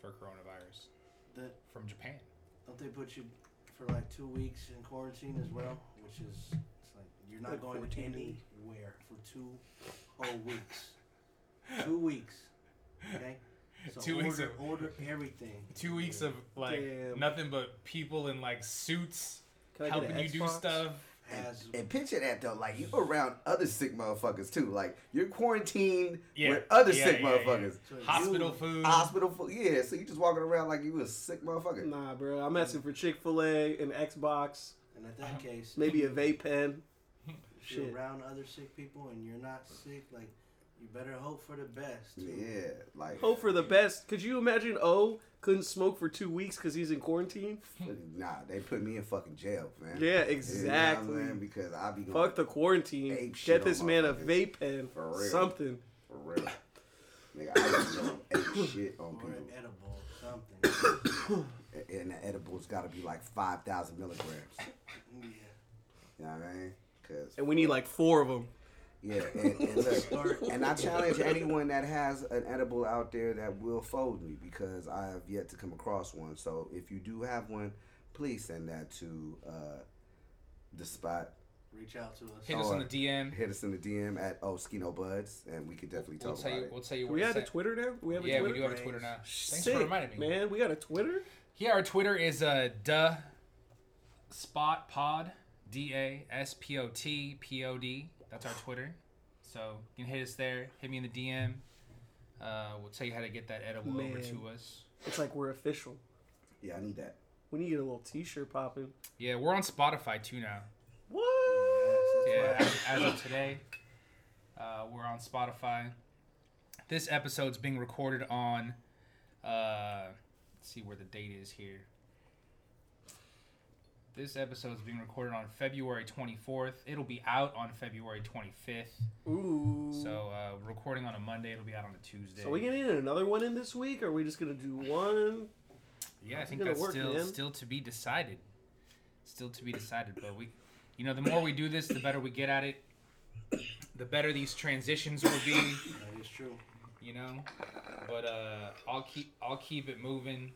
for coronavirus
The,
from Japan.
don't they put you for like two weeks in quarantine as well? Which is it's like you're not
Like
going
14 days.
anywhere for two whole weeks. two weeks. Okay. So
Two
order,
weeks of-
order everything.
Two weeks of like
Damn.
nothing but people in like suits
Can I get
helping
an
you do
Xbox?
stuff.
And,
Has
and picture that though, like you around other sick motherfuckers too. Like you're quarantined
Yeah.
with other
Yeah,
sick
yeah, yeah.
motherfuckers.
so you-
Hospital
Mm-hmm.
food.
Hospital, fo- yeah. So you just walking around like you a sick motherfucker.
Nah, bro. I'm asking for Chick Fil A, an Xbox,
And at that case,
maybe a vape pen.
if you're
shit.
around other sick people and you're not sick, like you better hope for the best.
Yeah, like
Hope for the best. Could you imagine? O couldn't smoke for two weeks because he's in quarantine.
nah, they put me in fucking jail, man.
Yeah,
You know what I'm
exactly.
saying? Because I be going
Fuck the quarantine.
Ape shit
Get
on
this man a
motherfuckers.
vape pen.
For real.
Something.
for real. Nigga, [coughs] I be going ape shit on
Or an
people,
edible,
[coughs]
something.
and the edibles got to be like five thousand milligrams.
yeah.
You know what I mean? Because
And we need like four of them.
Yeah, and, and look, and I challenge anyone that has an edible out there that will fold me because I have yet to come across one. So if you do have one, please send that to uh, the spot.
Reach out to us.
Hit us on the DM.
Hit us in the DM at oh Skino Buds, and we could definitely
We'll
talk
tell you.
about
We'll tell you
Do
where
we
to
have a
send.
Twitter now? We have a
Yeah,
Twitter?
we do have a
Brains.
Twitter now. Thanks
Sick,
for reminding me.
Man, we got a Twitter?
Yeah, our Twitter is uh duh spot pod d a s p o t p o d. That's our Twitter. So you can hit us there. Hit me in the DM. Uh, we'll tell you how to get that edible over
Man.
to us.
It's like we're official.
it. Yeah, I need that.
We need to get a little t shirt popping.
Yeah, we're on Spotify too now.
What?
Yeah, as, as of today, uh, we're on Spotify. This episode's being recorded on. Uh, let's see where the date is here. This episode is being recorded on February 24th. It'll be out on February 25th.
Ooh.
So uh, we're recording on a Monday. It'll be out on a Tuesday.
So we gonna need another one in this week, or are we just gonna do one?
yeah, I
How's it
think
gonna
that's
work,
still
man?
still to be decided. Still to be decided. But we, you know, the more we do this, the better we get at it. The better these transitions will be.
That is true.
you know. But uh, I'll keep I'll keep it moving.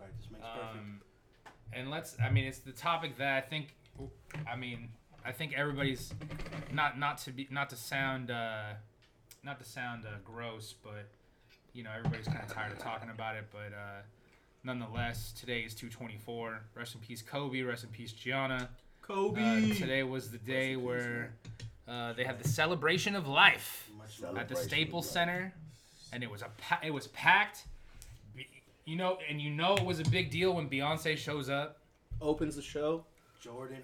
All right, this makes perfect.
Um, and let's I mean it's the topic that I think I mean I think everybody's not not to be not to sound uh, not to sound uh, gross, but you know everybody's kind of tired of talking about it. But uh, nonetheless, today is two twenty four. Rest in peace, Kobe. Rest in peace, Gianna.
Kobe.
Uh, today was the day
in peace,
where uh, they had the celebration of life
Much
Salad.
love.
at the
Celebration,
Staples
right.
Center, and it was a pa- it was packed. Be- You know, and you know it was a big deal when Beyonce shows up.
Opens the show.
Jordan.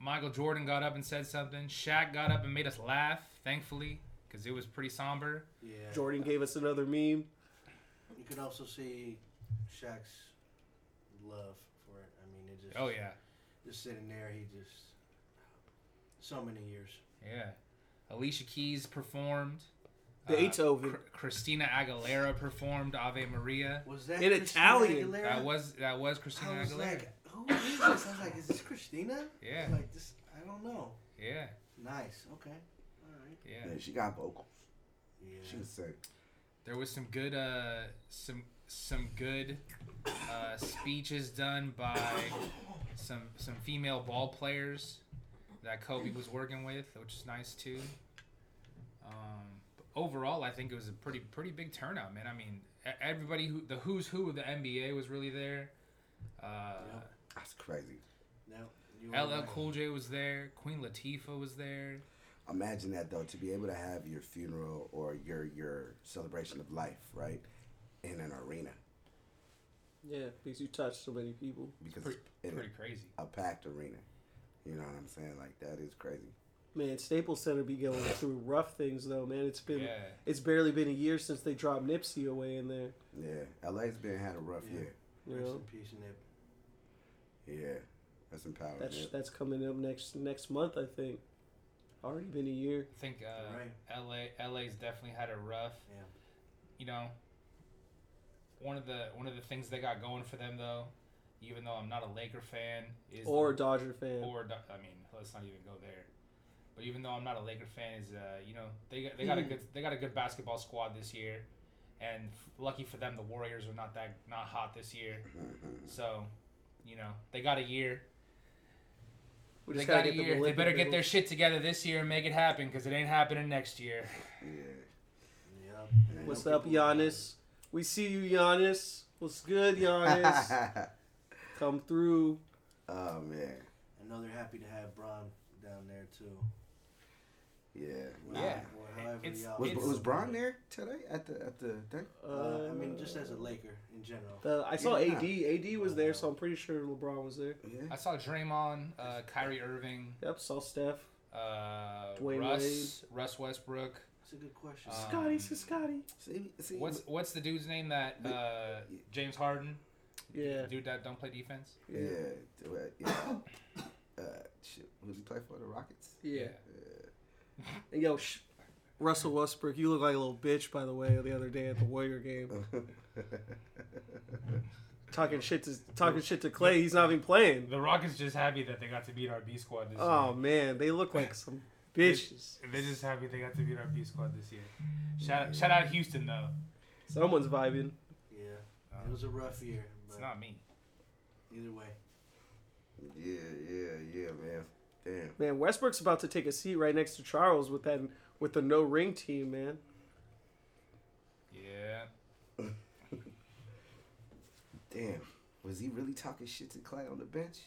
Michael Jordan got up and said something. Shaq got up and made us laugh, thankfully, because it was pretty somber.
Yeah.
Jordan gave us another meme.
You can also see Shaq's love for it. I mean, it just
Oh yeah,
just sitting there, he just so many years.
yeah. Alicia Keys performed.
Beethoven.
Uh, Cr- Christina Aguilera performed Ave Maria.
Was that
In
Christina
Italian.
Aguilera?
That was that was Christina
I was
Aguilera.
like, who is this? I was like, is this Christina? I
Yeah,
was like this, I don't know.
yeah,
Nice. Okay. All right.
yeah.
Yeah, she got vocals.
Yeah.
She was sick.
There was some good, uh, some some good uh, speeches done by some some female ball players that Kobe was working with, which is nice too. Um, but overall, I think it was a pretty pretty big turnout, man. I mean, e- everybody who the who's who of the NBA was really there. Uh,
That's crazy.
Now, you are
LL
right.
Cool J was there. Queen Latifah was there.
Imagine that though, to be able to have your funeral or your your celebration of life, right, in an arena
Yeah, because you touched so many people.
because
Pretty,
in a-
pretty crazy.
a packed arena. You know what I'm saying? Like that is crazy.
Man, Staples Center be going through rough things though, man. It's been
Yeah.
it's barely been a year since they dropped Nipsey away in there.
Yeah, LA's been had a rough
Yeah.
year.
You
Rest
know,
in peace, Nip.
Yeah, that's empowering.
that's
yeah.
that's coming up next next month, I think. Already been a year.
I think uh,
Right.
LA LA's definitely had a rough.
Yeah.
You know, one of the one of the things they got going for them though, even though I'm not a Laker fan, is
Or a Dodger fan.
or Do- I mean, let's not even go there. But even though I'm not a Laker fan, is uh, you know they got, they got a
Hmm.
good they got a good basketball squad this year, and f- lucky for them, the Warriors are not that not hot this year.
Mm-hmm.
So, you know they got a year.
we
They
just
got
gotta
a
get the
year. They
Olympic
better get
medal.
their shit together this year and make it happen because it ain't happening next year.
yeah.
Yeah.
And I
What's
know
up,
people-
Giannis? We see you, Giannis. What's good, Giannis?
[laughs]
Come through.
[laughs] oh man,
I know they're happy to have Bron down there too.
yeah.
Well,
Yeah.
well, however
It's-
y'all-
Was,
It's-
was Braun there today at the at the thing?
Uh, I mean, just as a Laker in general.
Uh, The, I saw
Yeah.
AD. AD was there, so I'm pretty sure LeBron was there.
I
Yeah.
saw Draymond, uh, Kyrie Irving,
Yep, saw Steph.
uh,
Dwayne
Russ, Russ Westbrook.
That's a good question.
Uh,
Scotty,
Um,
Scotty.
See, see,
What's what's the dude's name that uh, James Harden?
Yeah.
Dude that don't play defense.
yeah, d- well, yeah. uh, shit, was he play for the Rockets?
Yeah. And yo, sh- Russell Westbrook, you look like a little bitch, by the way, the other day at the Warrior game. Talking shit to talking shit to Clay. He's not even playing.
The Rockets just happy that they got to beat our B squad this
Oh man, they look like some bitches.
year. They're just happy they got to beat our B squad this year. Shout shout out Houston though. Um,
Someone's vibing.
yeah. It was a rough year,
It's
but
not me.
either way.
yeah, yeah, yeah, man. Damn.
Man, Westbrook's about to take a seat right next to Charles with that with the no ring team, man.
Yeah.
Damn. Was he really talking shit to Clay on the bench?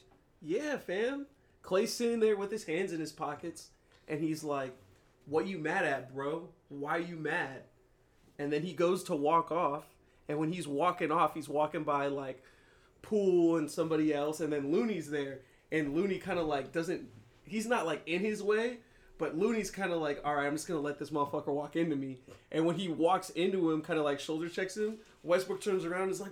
Yeah, fam. Clay's sitting there with his hands in his pockets, and he's like, "What you mad at, bro? Why you mad?" And then he goes to walk off, and when he's walking off, he's walking by like Poole and somebody else, and then Looney's there, and Looney kind of like doesn't. He's not like in his way, but Looney's kind of like, "All right, I'm just gonna let this motherfucker walk into me." And when he walks into him, kind of like shoulder checks him. Westbrook turns around and is like,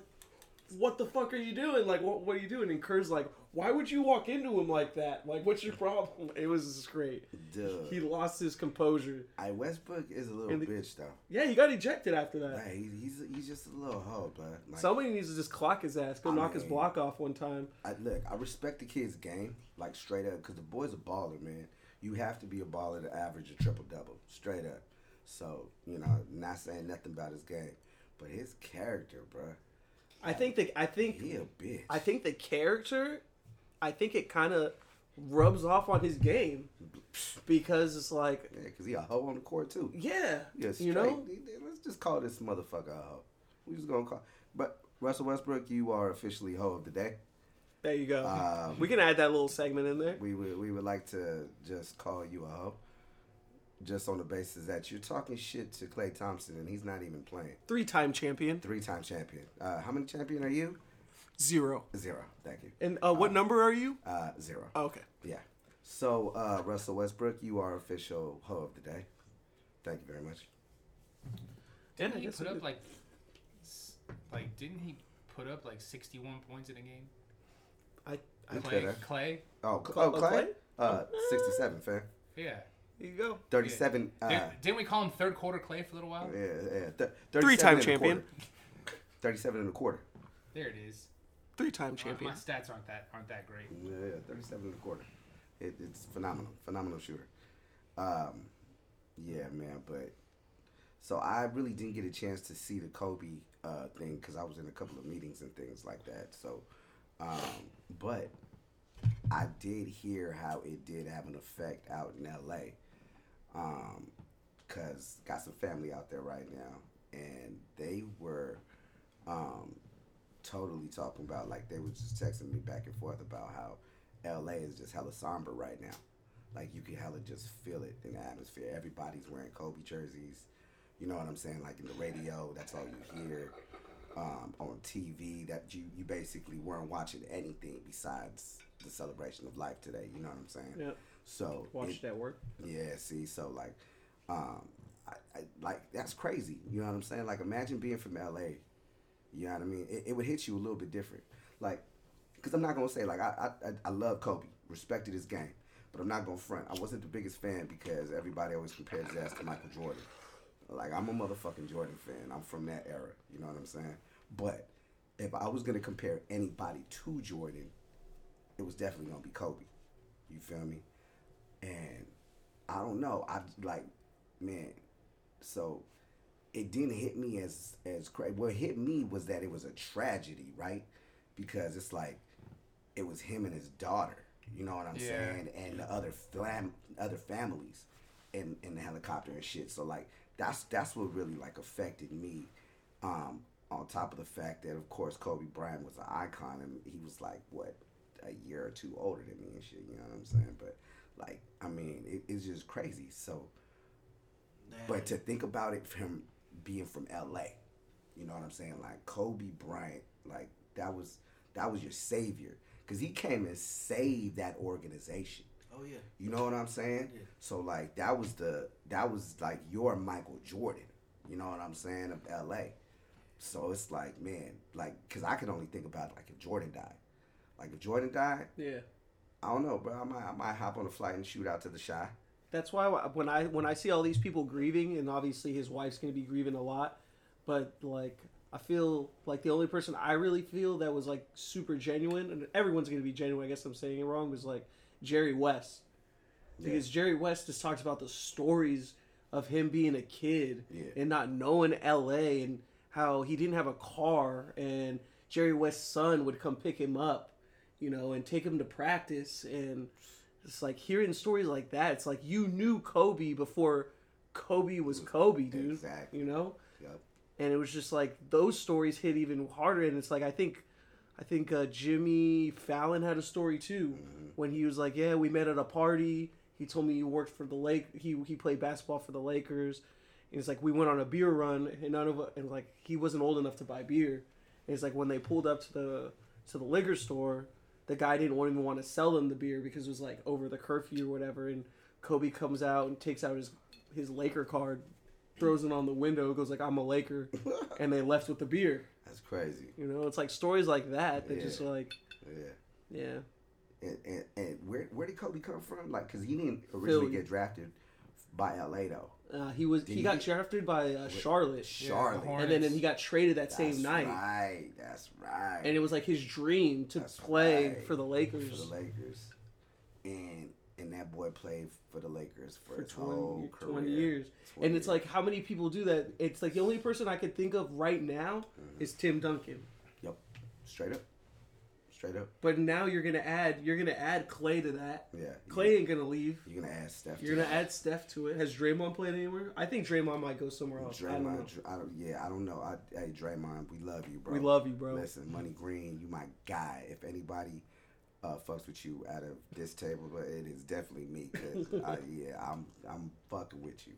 what the fuck are you doing? Like, what, what are you doing? And Kerr's like, why would you walk into him like that? Like, what's your problem? [laughs] It was just great.
Duh.
He lost his composure.
I Westbrook is a little
And the-
bitch though.
Yeah, he got ejected after that.
Nah, he, he's he's just a little hoe, but like,
Somebody needs to just clock his ass, go
I
knock his
mean-
block off one time.
I, look, I respect the kid's game, like straight up, because the boy's a baller, man. You have to be a baller to average a triple double, straight up. So you know, not saying nothing about his game, but his character, bruh,
I think the I think
he a bitch.
I think the character, I think it kind of rubs off on his game because it's like,
yeah, cause he a hoe on the court too.
yeah,
Yeah,
you know,
let's just call this motherfucker a hoe. We just gonna call, but Russell Westbrook, you are officially hoe of the day.
there you go.
Um,
we can add that little segment in there.
we would we would like to just call you a hoe, just on the basis that you're talking shit to Clay Thompson and he's not even playing.
Three-time champion,
Three-time champion. Uh, how many champion are you?
zero.
Zero. Thank you.
And uh, what number are you?
Uh, zero.
Oh, okay.
Yeah. So uh, Russell Westbrook, you are official hoe of the day. Thank you very much.
Yeah,
Didn't
I
he
guess
put
I
up
did.
like, s- like didn't he put up like sixty one points in a game?
I
He
Clay,
coulda.
Clay,
Oh, Cl-
Cl-
oh,
oh,
Clay.
Clay?
Uh, sixty-seven, fam.
yeah.
Here you go.
Thirty-seven. Uh,
Did,
yeah,
didn't we call him third quarter Clay for a little while?
yeah. Th- 37
Three-time
and a
champion.
quarter. Thirty-seven and a quarter.
There it is. My,
Three-time
my
champion.
stats aren't that aren't that great.
Yeah, yeah, 37 and a quarter. It, it's phenomenal, phenomenal shooter. Um, yeah, man. But so I really didn't get a chance to see the Kobe uh, thing because I was in a couple of meetings and things like that. So, um, but I did hear how it did have an effect out in LA. Um, cause got some family out there right now, and they were, um, totally talking about like they was just texting me back and forth about how LA is just hella somber right now. Like you could hella just feel it in the atmosphere. Everybody's wearing Kobe jerseys. You know what I'm saying? Like in the radio, that's all you hear. Um, on TV, that you you basically weren't watching anything besides the celebration of life today. You know what I'm saying?
Yep.
So it-
Watched that work.
yeah, see, so like, um, I, I, like that's crazy. You know what I'm saying? Like, imagine being from LA. You know what I mean? It, it would hit you a little bit different. Like, because I'm not gonna say like I, I I- I love Kobe, respected his game, but I'm not gonna front. I wasn't the biggest fan because everybody always compares Zaz to Michael Jordan. Like I'm a motherfucking Jordan fan. I'm from that era. You know what I'm saying? But if I was gonna compare anybody to Jordan, it was definitely gonna be Kobe. You feel me? And I don't know. I like, man. So it didn't hit me as as crazy. What hit me was that it was a tragedy, right? Because it's like it was him and his daughter. You know what I'm
Yeah.
saying? And the other fam, other families, in in the helicopter and shit. So like that's that's what really like affected me. Um, on top of the fact that of course Kobe Bryant was an icon and he was like what a year or two older than me and shit. You know what I'm saying? But like I mean, it, it's just crazy. So, but to think about it from being from LA, you know what I'm saying? Like Kobe Bryant, like that was that was your savior because he came and saved that organization.
oh yeah,
You know what I'm saying?
Yeah.
So like that was the that was like your Michael Jordan. You know what I'm saying of L.A. So it's like man, like because I could only think about like if Jordan died, like if Jordan died,
Yeah.
I don't know, bro. I might I might hop on a flight and shoot out to the shy.
That's why when I when I see all these people grieving, and obviously his wife's gonna be grieving a lot, but like I feel like the only person I really feel that was like super genuine, and everyone's gonna be genuine. I guess I'm saying it wrong. Was like Jerry West, because Jerry West just talks about the stories of him being a kid
Yeah.
and not knowing L.A. and how he didn't have a car, and Jerry West's son would come pick him up, you know, and take him to practice and. It's like hearing stories like that. It's like you knew Kobe before Kobe was Kobe, dude.
Exactly.
You know,
Yup.
and it was just like those stories hit even harder. And it's like I think, I think uh, Jimmy Fallon had a story too
Mm-hmm.
when he was like, "Yeah, we met at a party. He told me he worked for the Lake. He he played basketball for the Lakers." And it's like we went on a beer run, and none of u- and like he wasn't old enough to buy beer. And it's like when they pulled up to the to the liquor store, the guy didn't want- even want to sell them the beer because it was like over the curfew or whatever. And Kobe comes out and takes out his his Laker card, throws it on the window, goes like I'm a Laker, and they left with the beer.
[laughs] That's crazy.
You know, it's like stories like that that just
Yeah.
like
Yeah.
yeah.
and, and, and where where did Kobe come from? Like, cause he didn't originally
Philly.
get drafted by LA though.
Uh, he was
Did
he
he
got
get-
drafted by uh, Charlotte,
Charlotte.
Hornets.
and then and he got traded that
That's
same night.
Right. That's right.
And it was like his dream to
That's
play
right.
for the Lakers.
For the Lakers. And and that boy played for the Lakers for,
for
his
20,
whole career.
20 years.
20
and it's
years.
like, how many people do that? It's like the only person I could think of right now
Mm-hmm.
is Tim Duncan.
Yep. Straight up. Straight up.
But now you're gonna add you're gonna add Clay to that.
Yeah.
Clay ain't gonna leave.
You're gonna add Steph.
You're gonna add Steph to it. Has Draymond played anywhere? I think Draymond might go somewhere else. I don't know.
Draymond. Dr- I don't, yeah, I don't know. I, hey, Draymond, we love you, bro.
We love you, bro.
Listen, Money Green, you my guy. If anybody uh, fucks with you out of this table, but it is definitely me.
[laughs]
'cause I, yeah, I'm I'm fucking with you.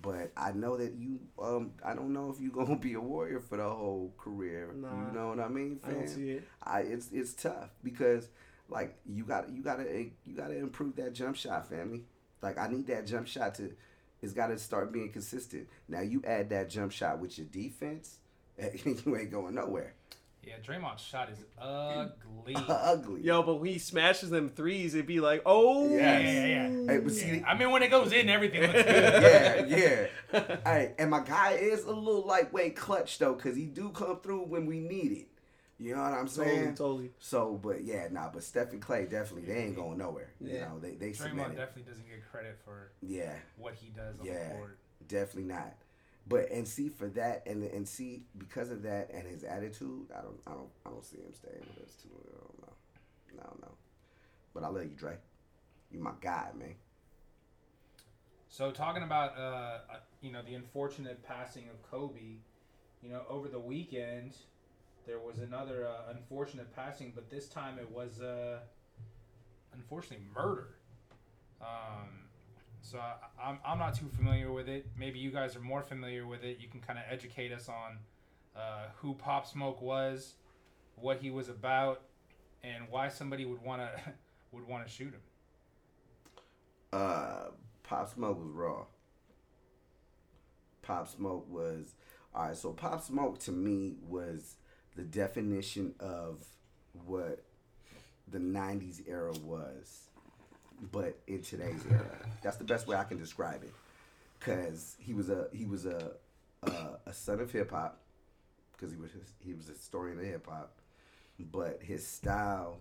But I know that you. Um, I don't know if you gonna be a warrior for the whole career.
Nah.
you know what I mean,
I don't
fam?
see it.
I it's it's tough because like you got you got to you got to improve that jump shot, family. Like I need that jump shot to it's got to start being consistent. Now you add that jump shot with your defense, [laughs] you ain't going nowhere.
Yeah, Draymond's shot is
[laughs]
[laughs] ugly.
Ugly.
Yo, but when he smashes them threes, it'd be like, oh,
Yeah,
Yes.
yeah, yeah.
Hey, but see,
Yeah, I mean, when it goes in, everything
[laughs]
looks good.
yeah,
[laughs]
yeah. Hey, and my guy is a little lightweight clutch though, cause he do come through when we need it. You know what I'm
totally,
saying?
totally.
So, but yeah, nah. But Steph and Clay definitely they ain't going nowhere. You
Yeah.
know, they they
Draymond
cemented.
definitely doesn't get credit for
Yeah.
what he does on
Yeah.
the court.
Definitely not. But and see for that and and see because of that and his attitude, I don't I don't I don't see him staying with us too. I don't know. I don't know. But I love you, Dre. You my guy, man.
So talking about uh, you know the unfortunate passing of Kobe, you know over the weekend there was another uh, unfortunate passing, but this time it was uh, unfortunately murder. Um, so I, I'm, I'm not too familiar with it. Maybe you guys are more familiar with it. You can kind of educate us on uh, who Pop Smoke was, what he was about, and why somebody would want to [laughs] would want to shoot him.
Uh, Pop Smoke was raw. Pop Smoke was all right. So Pop Smoke to me was the definition of what the '90s era was, but in today's era. That's the best way I can describe it. Cause he was a he was a a, a son of hip hop. Cause he was he was a historian of hip hop, but his style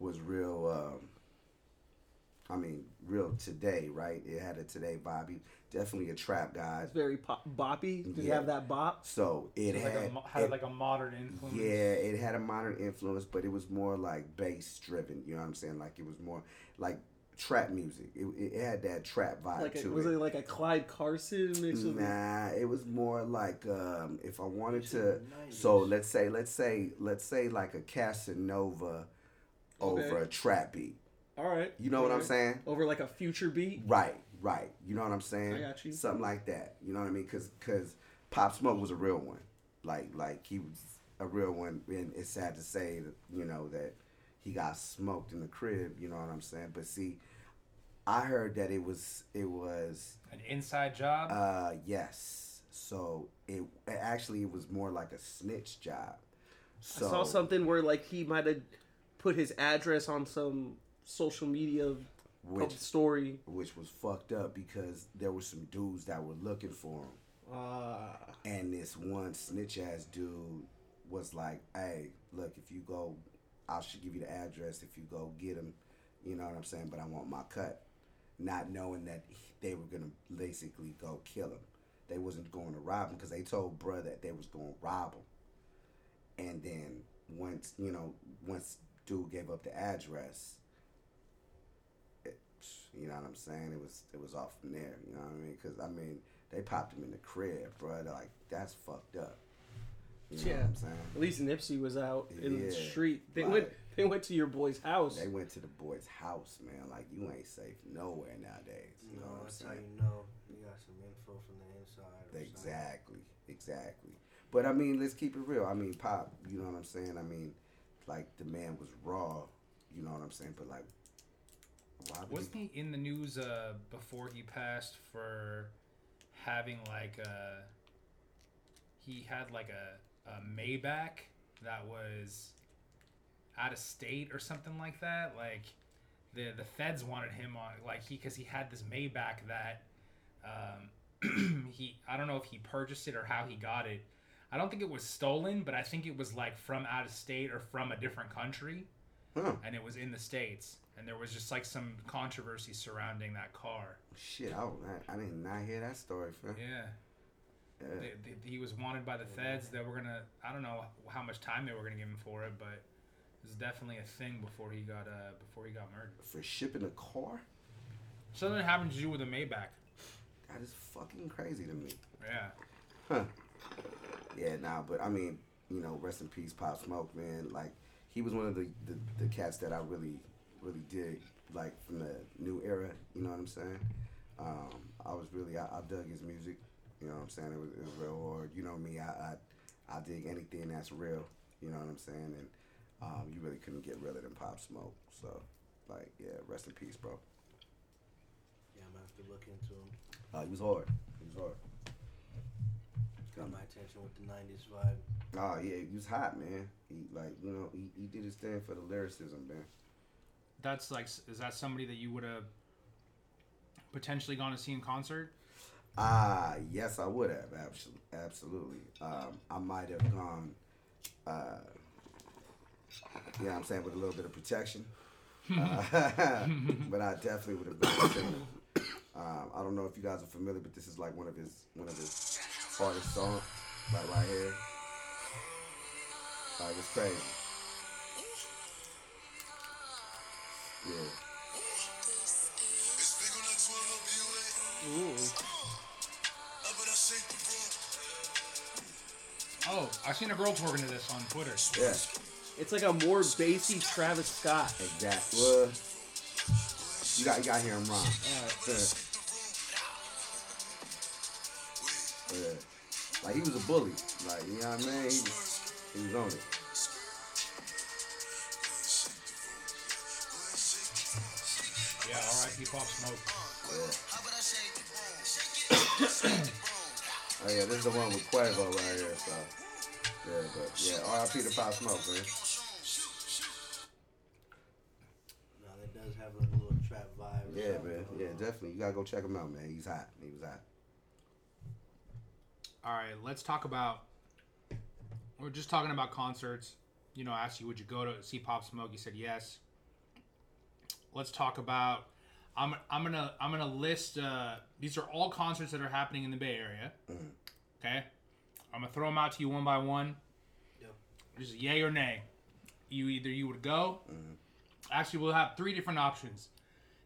was real. Um, I mean, real today, right? It had a today vibe. He- Definitely a trap guy.
It's very pop- boppy. Does
Yeah.
it have that bop?
So it
Like a,
had,
mo- had
it-
like a modern influence.
yeah, it had a modern influence, but it was more like bass driven. You know what I'm saying? Like it was more like trap music. It, it had that trap vibe
Like a,
to
was
it.
it like a Clyde Carson mix with
Nah, it was more like um, if I wanted
It's in
to.
the 90s.
So let's say, let's say, let's say like a Casanova over
Okay.
a trap beat.
All right.
You know what I'm
Alright.
saying?
Over like a future beat.
Right, right. You know what I'm saying?
I got you.
Something like that. You know what I mean? Because cause Pop Smoke was a real one. Like like he was a real one, and it's sad to say that you know that he got smoked in the crib. You know what I'm saying? But see, I heard that it was it was
An inside job.
uh yes. So it actually it was more like a snitch job. So
I saw something where like he might have put his address on some social media
which
story.
which was fucked up because there were some dudes that were looking for him.
Uh,
and this one snitch ass dude was like, "Hey, look, if you go, I should give you the address. If you go get him, you know what I'm saying. But I want my cut." Not knowing that he- they were gonna basically go kill him, they wasn't going to rob him because they told bruh that they was going to rob him. And then once you know, once dude gave up the address, it, you know what I'm saying. It was it was off from there. You know what I mean? Because I mean, they popped him in the crib, bruh. Like that's fucked up. You know what
Yeah.
I'm saying?
at least Nipsey was out in
Yeah,
the street. They
right.
went. They went to your boy's house.
They went to the boy's house, man. Like you ain't safe nowhere nowadays. You
No,
know what I'm
that's how
saying?
you know you got some info from the inside. or something.
Exactly, exactly. But I mean, let's keep it real. I mean, pop. You know what I'm saying? I mean, like the man was raw. You know what I'm saying? But like, why would
Wasn't he in the news uh, before he passed for having like a? He had like a, a Maybach that was out of state or something like that. Like the the feds wanted him on like he because he had this Maybach that um, [clears throat] he I don't know if he purchased it or how he got it. I don't think it was stolen, but I think it was like from out of state or from a different country
he? Huh?
and it was in the states and there was just like some controversy surrounding that car
Shit, I, don't- I I did not hear that story, fam.
yeah
Yeah.
They- they- he was wanted by the feds they were gonna i don't know how much time they were gonna give him for it but it was definitely a thing before he got uh before he got murdered
For shipping a car,
something having to do with a maybach
that is fucking crazy to me.
yeah
Huh. Yeah, nah, but I mean, you know, rest in peace, Pop Smoke, man. Like, he was one of the, the, the cats that I really, really dig, like, from the new era, you know what I'm saying? Um, I was really, I, I dug his music, you know what I'm saying? It was, it was real hard. You know me, I, I, I dig anything that's real, you know what I'm saying? And um, you really couldn't get realer than Pop Smoke. So, like, yeah, rest in peace, bro.
Yeah, I'm gonna have to look into him.
Uh, he was hard. He was hard.
Got my attention with the '90s vibe.
Oh yeah, he was hot, man. He like you know he, he did his thing for the lyricism, man.
that's like s- is that somebody that you would have potentially gone to see in concert
Ah yes, I would have absolutely, absolutely. Um, I might have gone. Uh, you know what I'm saying with a little bit of protection, uh, [laughs] but I definitely would have gone. to him. Um, I don't know if you guys are familiar, but this is like one of his one of his hardest songs, like right here. Like it's crazy. Yeah.
Ooh.
oh i seen a girl twerking to this on twitter
Yeah,
It's like a more bassy Travis Scott.
exactly. Well, You got you got to hear him wrong. yeah. Like he was a bully. Like you know what I mean? He was, he was on it.
Yeah, all right, keep off smoke.
[coughs] Oh yeah, this is the one with Quavo right here. So yeah, but yeah, R.I.P. to Pop Smoke, man.
No, that does have like a little trap vibe. or
Yeah,
something
man.
going
Yeah,
on.
definitely. You gotta go check him out, man. He's hot. He was hot.
All right, let's talk about. We're just talking about concerts. You know, I asked you, would you go to see Pop Smoke? You said yes. Let's talk about. I'm, I'm gonna I'm gonna list. Uh, these are all concerts that are happening in the Bay Area. Okay, I'm gonna throw them out to you one by one.
Yep.
Just yay or nay. You either you would go. Actually, we'll have three different options.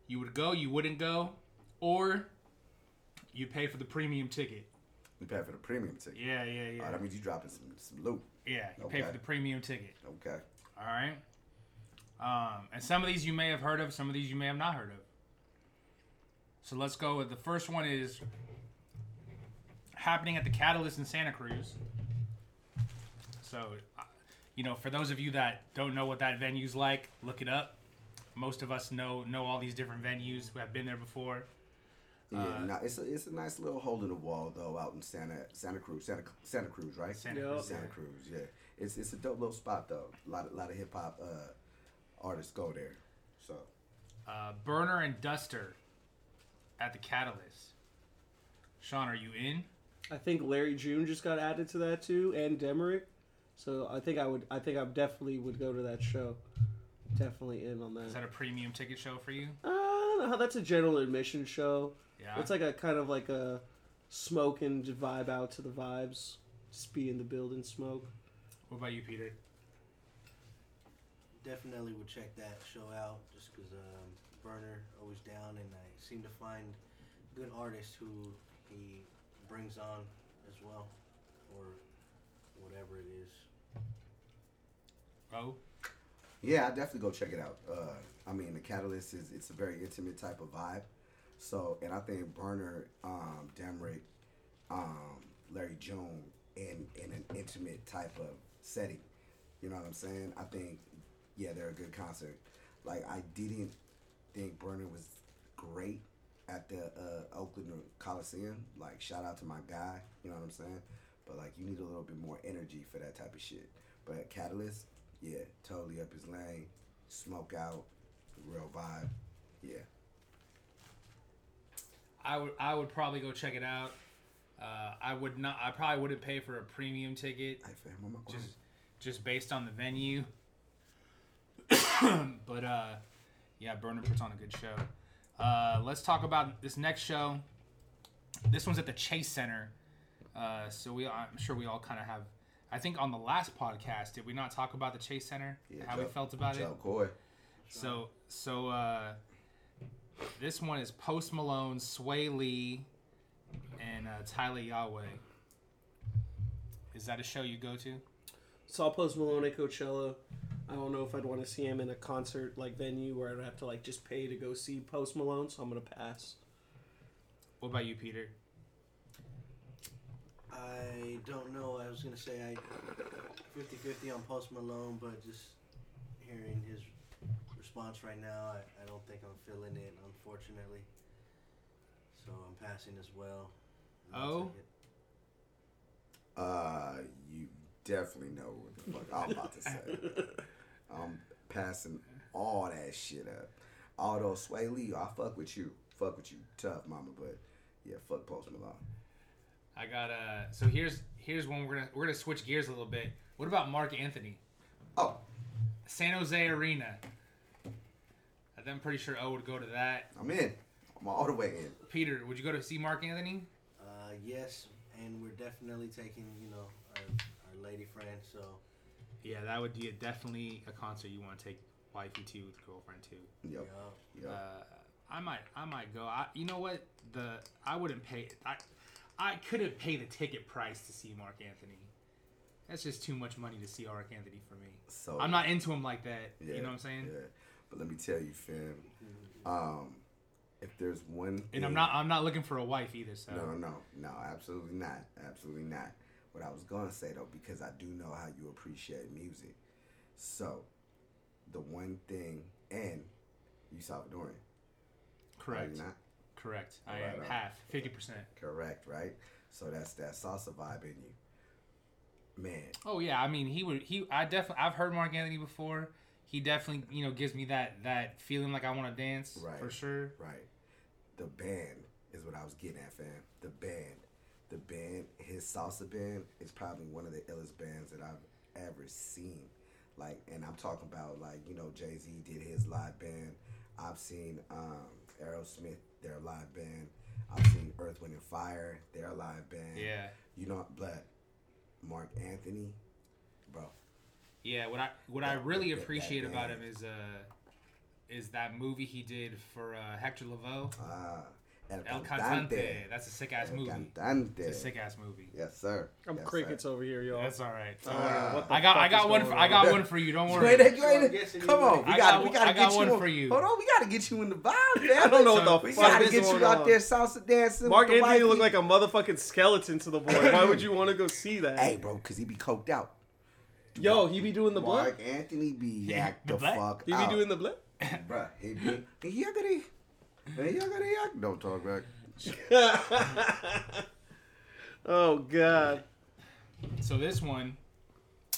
You would go, you wouldn't go, or you pay for the premium ticket.
You pay for the premium ticket.
Yeah, yeah, yeah.
Oh, that means you dropping some some loot.
Yeah, you pay for
Okay.
the premium ticket.
Okay.
All right. Um, and some of these you may have heard of, some of these you may have not heard of. So let's go with the first one is happening at the Catalyst in Santa Cruz. So, uh, you know, for those of you that don't know what that venue's like, look it up. Most of us know know all these different venues who have been there before.
Yeah,
Uh,
no, it's a it's a nice little hole in the wall though, out in Santa Santa Cruz, Santa Santa Cruz, right?
Santa
Yep.
Cruz.
Santa Cruz, yeah. It's it's a dope little spot though. A lot a lot of hip hop uh, artists go there. So
Uh, Burner and Duster at the Catalyst. Sean, are you in?
I think Larry June just got added to that too, and Demerick. So I think I would. I think I definitely would go to that show. Definitely in on
Is
that.
that a premium ticket show for you?
Uh, I don't know how that's a general admission show.
Yeah.
It's like a kind of like a smoke and vibe out to the vibes. Just be in the building, smoke.
what about you, Peter?
Definitely would check that show out just because um, Burner always down, and I seem to find good artists who he brings on as well, or whatever it is.
Oh,
Yeah, I definitely go check it out. Uh, I mean, the Catalyst is it's a very intimate type of vibe. So, and I think Burner, um, Demrick, um, Larry June, in in an intimate type of setting. You know what I'm saying? I think, yeah, they're a good concert. Like I didn't think Burner was great at the uh, Oakland Coliseum. Like shout out to my guy. You know what I'm saying? But like you need a little bit more energy for that type of shit. But Catalyst, yeah, totally up his lane. Smoke out, real vibe. Yeah.
I would I would probably go check it out. Uh, I would not. I probably wouldn't pay for a premium ticket
I fam, I'm a-
just just based on the venue. [coughs] but uh, yeah, Burner puts on a good show. Uh, let's talk about this next show. This one's at the Chase Center. Uh, so we, I'm sure we all kind of have. I think on the last podcast, did we not talk about the Chase Center?
Yeah,
how we
Joe-
felt about it?
Joe Coy.
So so uh, this one is Post Malone, Sway Lee, and uh, Tyler Yahweh. Is that a show you go to?
Saw Post Malone at Coachella. I don't know if I'd want to see him in a concert like venue where I'd have to like just pay to go see Post Malone, so I'm gonna pass.
What about you, Peter?
I don't know. I was gonna say I 50-50 on Post Malone, but just hearing his response right now, I, I don't think I'm feeling it, unfortunately. So I'm passing as well.
Oh?
Uh, you definitely know what the fuck I'm about
[laughs]
to say. I'm passing all that shit up. Although Sway Lee, I fuck with you, fuck with you, tough mama, but yeah, fuck Post Malone.
I got uh. So here's here's one we're gonna we're gonna switch gears a little bit. What about Mark Anthony,
Oh,
San Jose Arena? I'm pretty sure O would go to that.
I'm in. I'm all the way in.
Peter, would you go to see Mark Anthony?
Uh, yes, and we're definitely taking you know our, our lady friend. So
Yeah, that would be definitely a concert you want to take wifey to with girlfriend to.
Yep,
you know,
yep.
Uh, I might, I might go. I, you know what? The I wouldn't pay. I, I couldn't pay the ticket price to see Mark Anthony. That's just too much money to see Mark Anthony for me.
so
I'm not into him like that.
Oh. Yeah,
you know what I'm saying?
Yeah. But let me tell you, fam. Um, if there's one
And I'm
thing-
not I'm not looking for a wife either. So
No, no, no, absolutely not. Absolutely not. What I was going to say though, because I do know how you appreciate music. So, the one thing, and you Salvadoran, are
correct,
you not?
correct. I
Right
am
on.
half, fifty percent.
Correct, right? So that's that salsa vibe in you. Man,
Oh yeah, I mean he would he I definitely I've heard Mark Anthony before. He definitely you know gives me that that feeling like I want to dance
Right.
for sure.
right. The band is what I was getting at, fam. The band. The band, his salsa band is probably one of the illest bands that I've ever seen. Like, and I'm talking about, like, you know, Jay Z did his live band. I've seen um, Aerosmith, their live band. I've seen Earth, Wind, and Fire, their live band.
Yeah,
You know, but Mark Anthony, bro,
yeah. What I what I
That-
really
that- that
appreciate about him
band.
is uh is that movie he did for uh, Hector Lavoe,
Ah, El,
El
Cantante.
Cantante. That's a sick ass
El
movie.
Cantante.
It's a sick ass movie.
Yes, sir.
I'm
yes,
crickets
Sir.
over here, y'all.
That's all right.
Don't worry,
Ah.
what the
I got I
fuck is
got one
going
for, I got
on?
one for you. Don't
Wait,
worry.
wait, wait,
Yes, it
Come
is.
on, we
I
gotta,
got
we
one-
gotta
I got
get
one
you on-
for you.
Hold on, we gotta get you in the vibe, man.
I don't know
So-
what the
We
fuck
gotta
is
get
going
you out
on.
there, salsa dancing. with
Mark
the
Anthony
white
looked like
people.
a motherfucking skeleton to the boy. Why would you want to go see that?
Hey, bro, cause he be coked out.
Yo, he be doing the blood.
Mark Anthony be yacked
The
the
black?
fuck
He be
out,
doing the blip. [laughs]
bro. He be he yuckity, he yuckity yuck. Don't talk back.
oh god.
So this one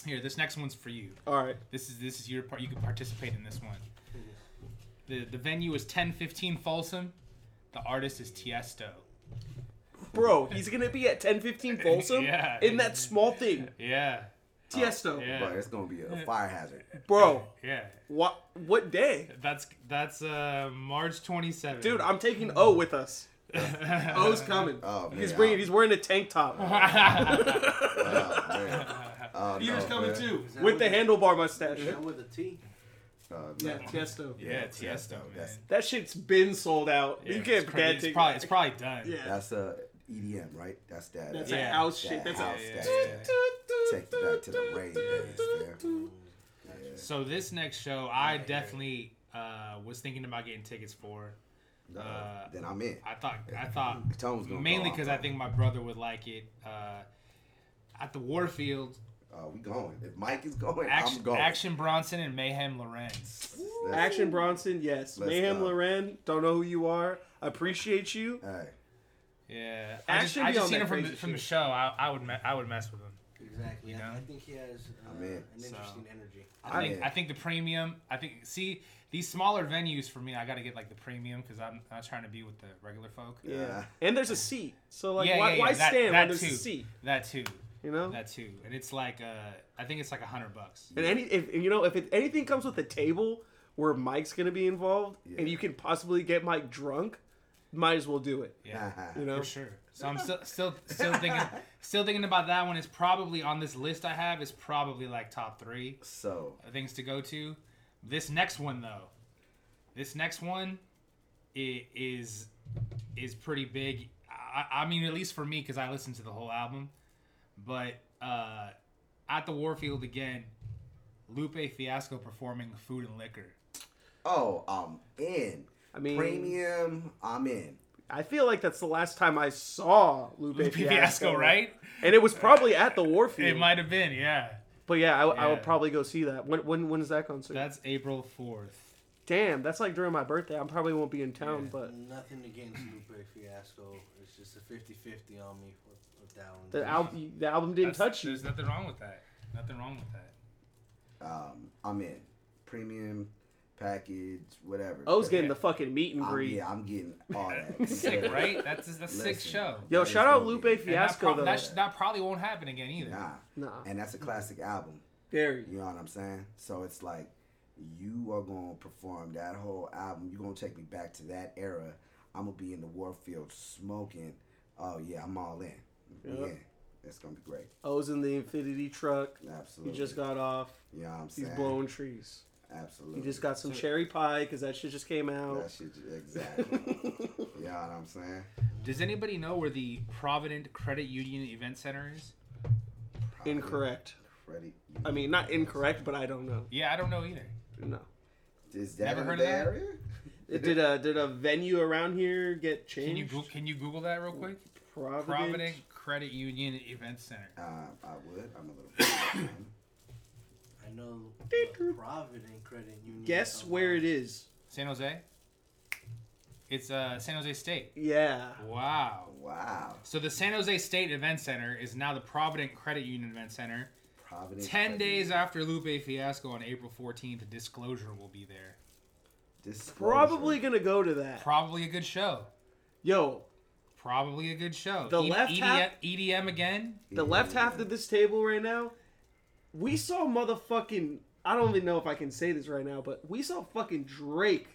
here, this next one's for you.
All right.
This is this is your part. You can participate in this one. The the venue is 1015 Folsom. The artist is Tiesto.
Bro, he's gonna be
[laughs]
at 10:15 Folsom
Yeah.
in that small thing.
Yeah,
Tiesto,
yeah,
Bro, it's gonna be a fire hazard.
bro.
yeah.
What? What day?
That's that's uh March 27th.
Dude, I'm taking O with us.
[laughs]
O's coming.
Oh man,
he's bringing. He's wearing a tank top. [laughs]
Oh, man. Oh,
Peter's
no,
coming
man.
too
that
with the
what-
handlebar mustache.
Is that with a T?
Oh,
Yeah,
man.
Tiesto.
yeah,
Tiesto,
Tiesto. Man.
that's-
That shit's been sold out.
Yeah,
you
it's
can't
crazy.
bad
It's
take.
probably it's probably done.
yeah.
That's uh, a EDM, right? That's that.
That's
Yeah.
a house shit. That's
Yeah,
a
house
yeah,
that-
yeah.
Take you back to the rain days, man.
So this next show,
Oh
I definitely uh, was thinking about getting tickets for.
Uh, then I'm in.
I thought I thought
Tone's gonna
uh, mainly
go
because I
off.
think my brother would like it. Uh, at the Warfield,
Oh, we going. If Mike is going,
Action,
I'm going.
Action Bronson and Mayhem Lorenz.
That's-
Action Bronson, yes.
Let's
Mayhem
go.
Loren, don't know who you are. Appreciate you.
Hey,
Yeah,
Action
I
be
just, I
on
just seen
that
him from the,
crazy
from the
shit.
show. I, I would me- I would mess with him.
Exactly.
You
I,
know?
I think he has uh,
I'm in.
an
So-
interesting energy.
I think
Yeah.
I think the premium. I think see these smaller venues for me. I got to get like the premium because I'm not trying to be with the regular folk.
Yeah.
Yeah.
And there's a seat. So like
Yeah,
why,
yeah, yeah,
why
that-
stand
that
when there's
too.
a seat?
That too.
You know?
That too. And it's like uh, I think it's like a hundred bucks.
and any if you know, if it, anything comes with a table where Mike's gonna be involved
Yeah.
and you can possibly get Mike drunk, might as well do it.
Yeah.
You know?
For sure. So I'm still still still
[laughs]
thinking still thinking about that one. It's probably on this list I have. It's probably like top three
[laughs] so
things to go to. This next one though, this next one, i- is is pretty big. I, I mean, at least for me, because I listened to the whole album. But uh, at the Warfield again, Lupe Fiasco performing "Food and Liquor."
oh, I'm in.
I mean-
premium. I'm in.
I feel like that's the last time I saw Lupe,
Lupe
Fiasco.
Fiasco, right?
And it was probably at the Warfield.
It might have been, yeah.
But yeah I, I
Yeah.
would probably go see that. When when when is that concert?
That's April fourth.
Damn, that's like during my birthday. I probably won't be in town,
Yeah.
but
Nothing against Lupe Fiasco. It's just a 50-50 on me with, with that one.
the album the album didn't
That's-
touch you.
There's nothing wrong with that. Nothing wrong with that.
Um, I'm in. Premium package, whatever.
I was getting the fucking meet and
I'm,
greet.
Oh, yeah, I'm getting all
[laughs]
that.
Sick, right? That's that's a sick
Listen.
show.
Yo,
That
shout
is
out
gonna
Lupe
be-
And that,
Fiasco
prob-
though.
that, sh- that probably won't happen again either.
Nah.
Nah.
And that's a classic album.
Very.
You know what I'm saying? So it's like you are gonna perform that whole album. You're gonna take me back to that era. I'm gonna be in the Warfield smoking. Oh yeah, I'm all in. Yeah, that's gonna be great.
O's in the Infinity truck. He
Absolutely.
just got off.
You know what I'm
He's
saying?
blowing trees.
Absolutely.
He just got some cherry pie because that shit just came
That
out.
shit ju-
[laughs]
exactly. you know what I'm saying?
Does anybody know where the Provident Credit Union Event Center is?
Probably
Incorrect.
Freddie.
I mean, not incorrect, but I don't know.
Yeah, I don't know either.
No.
Is that
Never
in
heard
the
of that?
area?
It did a did a venue around here get changed?
Can you Goo- can you Google that real quick?
Providence?
Provident Credit Union Event Center.
Um, I would. I'm a little. [coughs]
I know
Ding.
Provident Credit Union.
Guess where it is.
San Jose. It's uh, San Jose State.
Yeah.
Wow.
wow.
So the San Jose State Event Center is now the Provident Credit Union Event Center.
Providence.
Ten
Credit
days
Union.
after Lupe Fiasco on April 14th, Disclosure will be there.
Disclosure.
Probably gonna go to that.
Probably a good show.
Yo,
Probably a good show. E-
The left
EDM,
half-
EDM again.
the left half of this table right now, we saw motherfucking. I don't even know if I can say this right now, but we saw fucking Drake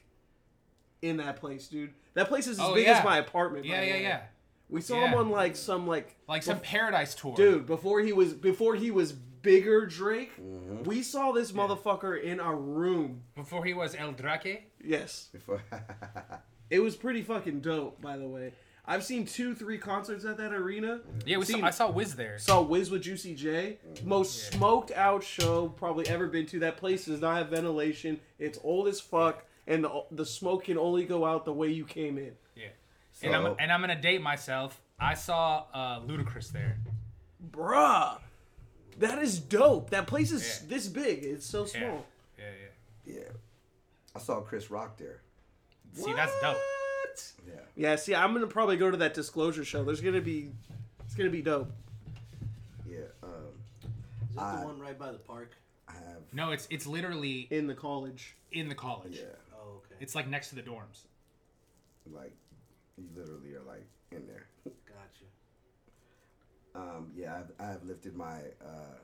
in that place, dude. That place is as
Oh,
big
yeah.
as my apartment. by
Yeah,
the
yeah,
way.
yeah.
We saw him
Yeah.
on like some like
Like some Paradise tour.
dude before he was before he was bigger Drake. We saw this motherfucker in our room.
Before he was El Drake.
Yes,
Before. [laughs]
it was pretty fucking dope. By the way, I've seen two, three concerts at that arena.
Yeah, we
Seen-
saw, I saw Wiz there.
Saw Wiz with Juicy J. Most smoked out show probably ever been to. That place does not have ventilation. It's old as fuck, and the, the smoke can only go out the way you came in.
Yeah. and I'm
So-
and I'm gonna date myself. I saw uh, Ludacris there.
Bruh, that is dope. That place is
Yeah.
this big. It's so small.
Yeah. Yeah,
yeah. I saw Chris Rock there.
yeah. See, that's dope.
What?
Yeah.
Yeah, see, I'm gonna probably go to that disclosure show. There's gonna be, it's gonna be dope.
Yeah. Um,
Is that
Uh,
the one right by the park?
I have.
No, it's it's literally
In the college,
in the college.
Yeah.
Oh, okay.
It's like next to the dorms.
Like, you literally are like in there.
Gotcha.
Um, yeah, I've, I've lifted my uh,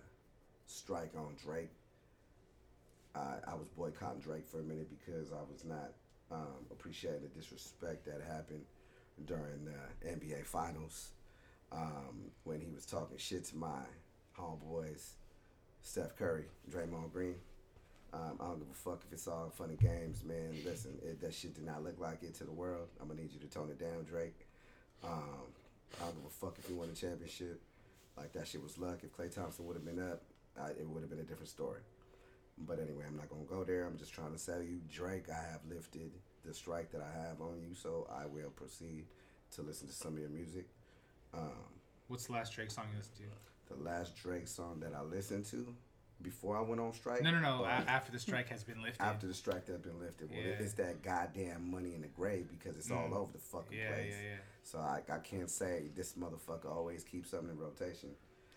strike on Drake. I, I was boycotting Drake for a minute because I was not um, appreciating the disrespect that happened during the NBA Finals um, when he was talking shit to my homeboys, Steph Curry, Draymond Green. Um, I don't give a fuck if it's all funny games, man. Listen, it, that shit did not look like it to the world. I'm gonna need you to tone it down, Drake. Um, I don't give a fuck if you won a championship. Like that shit was luck. If Clay Thompson would have been up, I, it would have been a different story. But anyway, I'm not gonna go there. I'm just trying to tell you, Drake. I have lifted the strike that I have on you, so I will proceed to listen to some of your music. Um,
What's the last Drake song you listened to?
the last Drake song that I listened to before I went on strike.
No, no, no. a-
or
after the strike has been lifted.
after the strike that's been lifted, well,
Yeah. Mm.
it's that goddamn money in the grave because it's all over the fucking
yeah,
place.
yeah, yeah,
So I, I can't say this motherfucker always keeps something in rotation.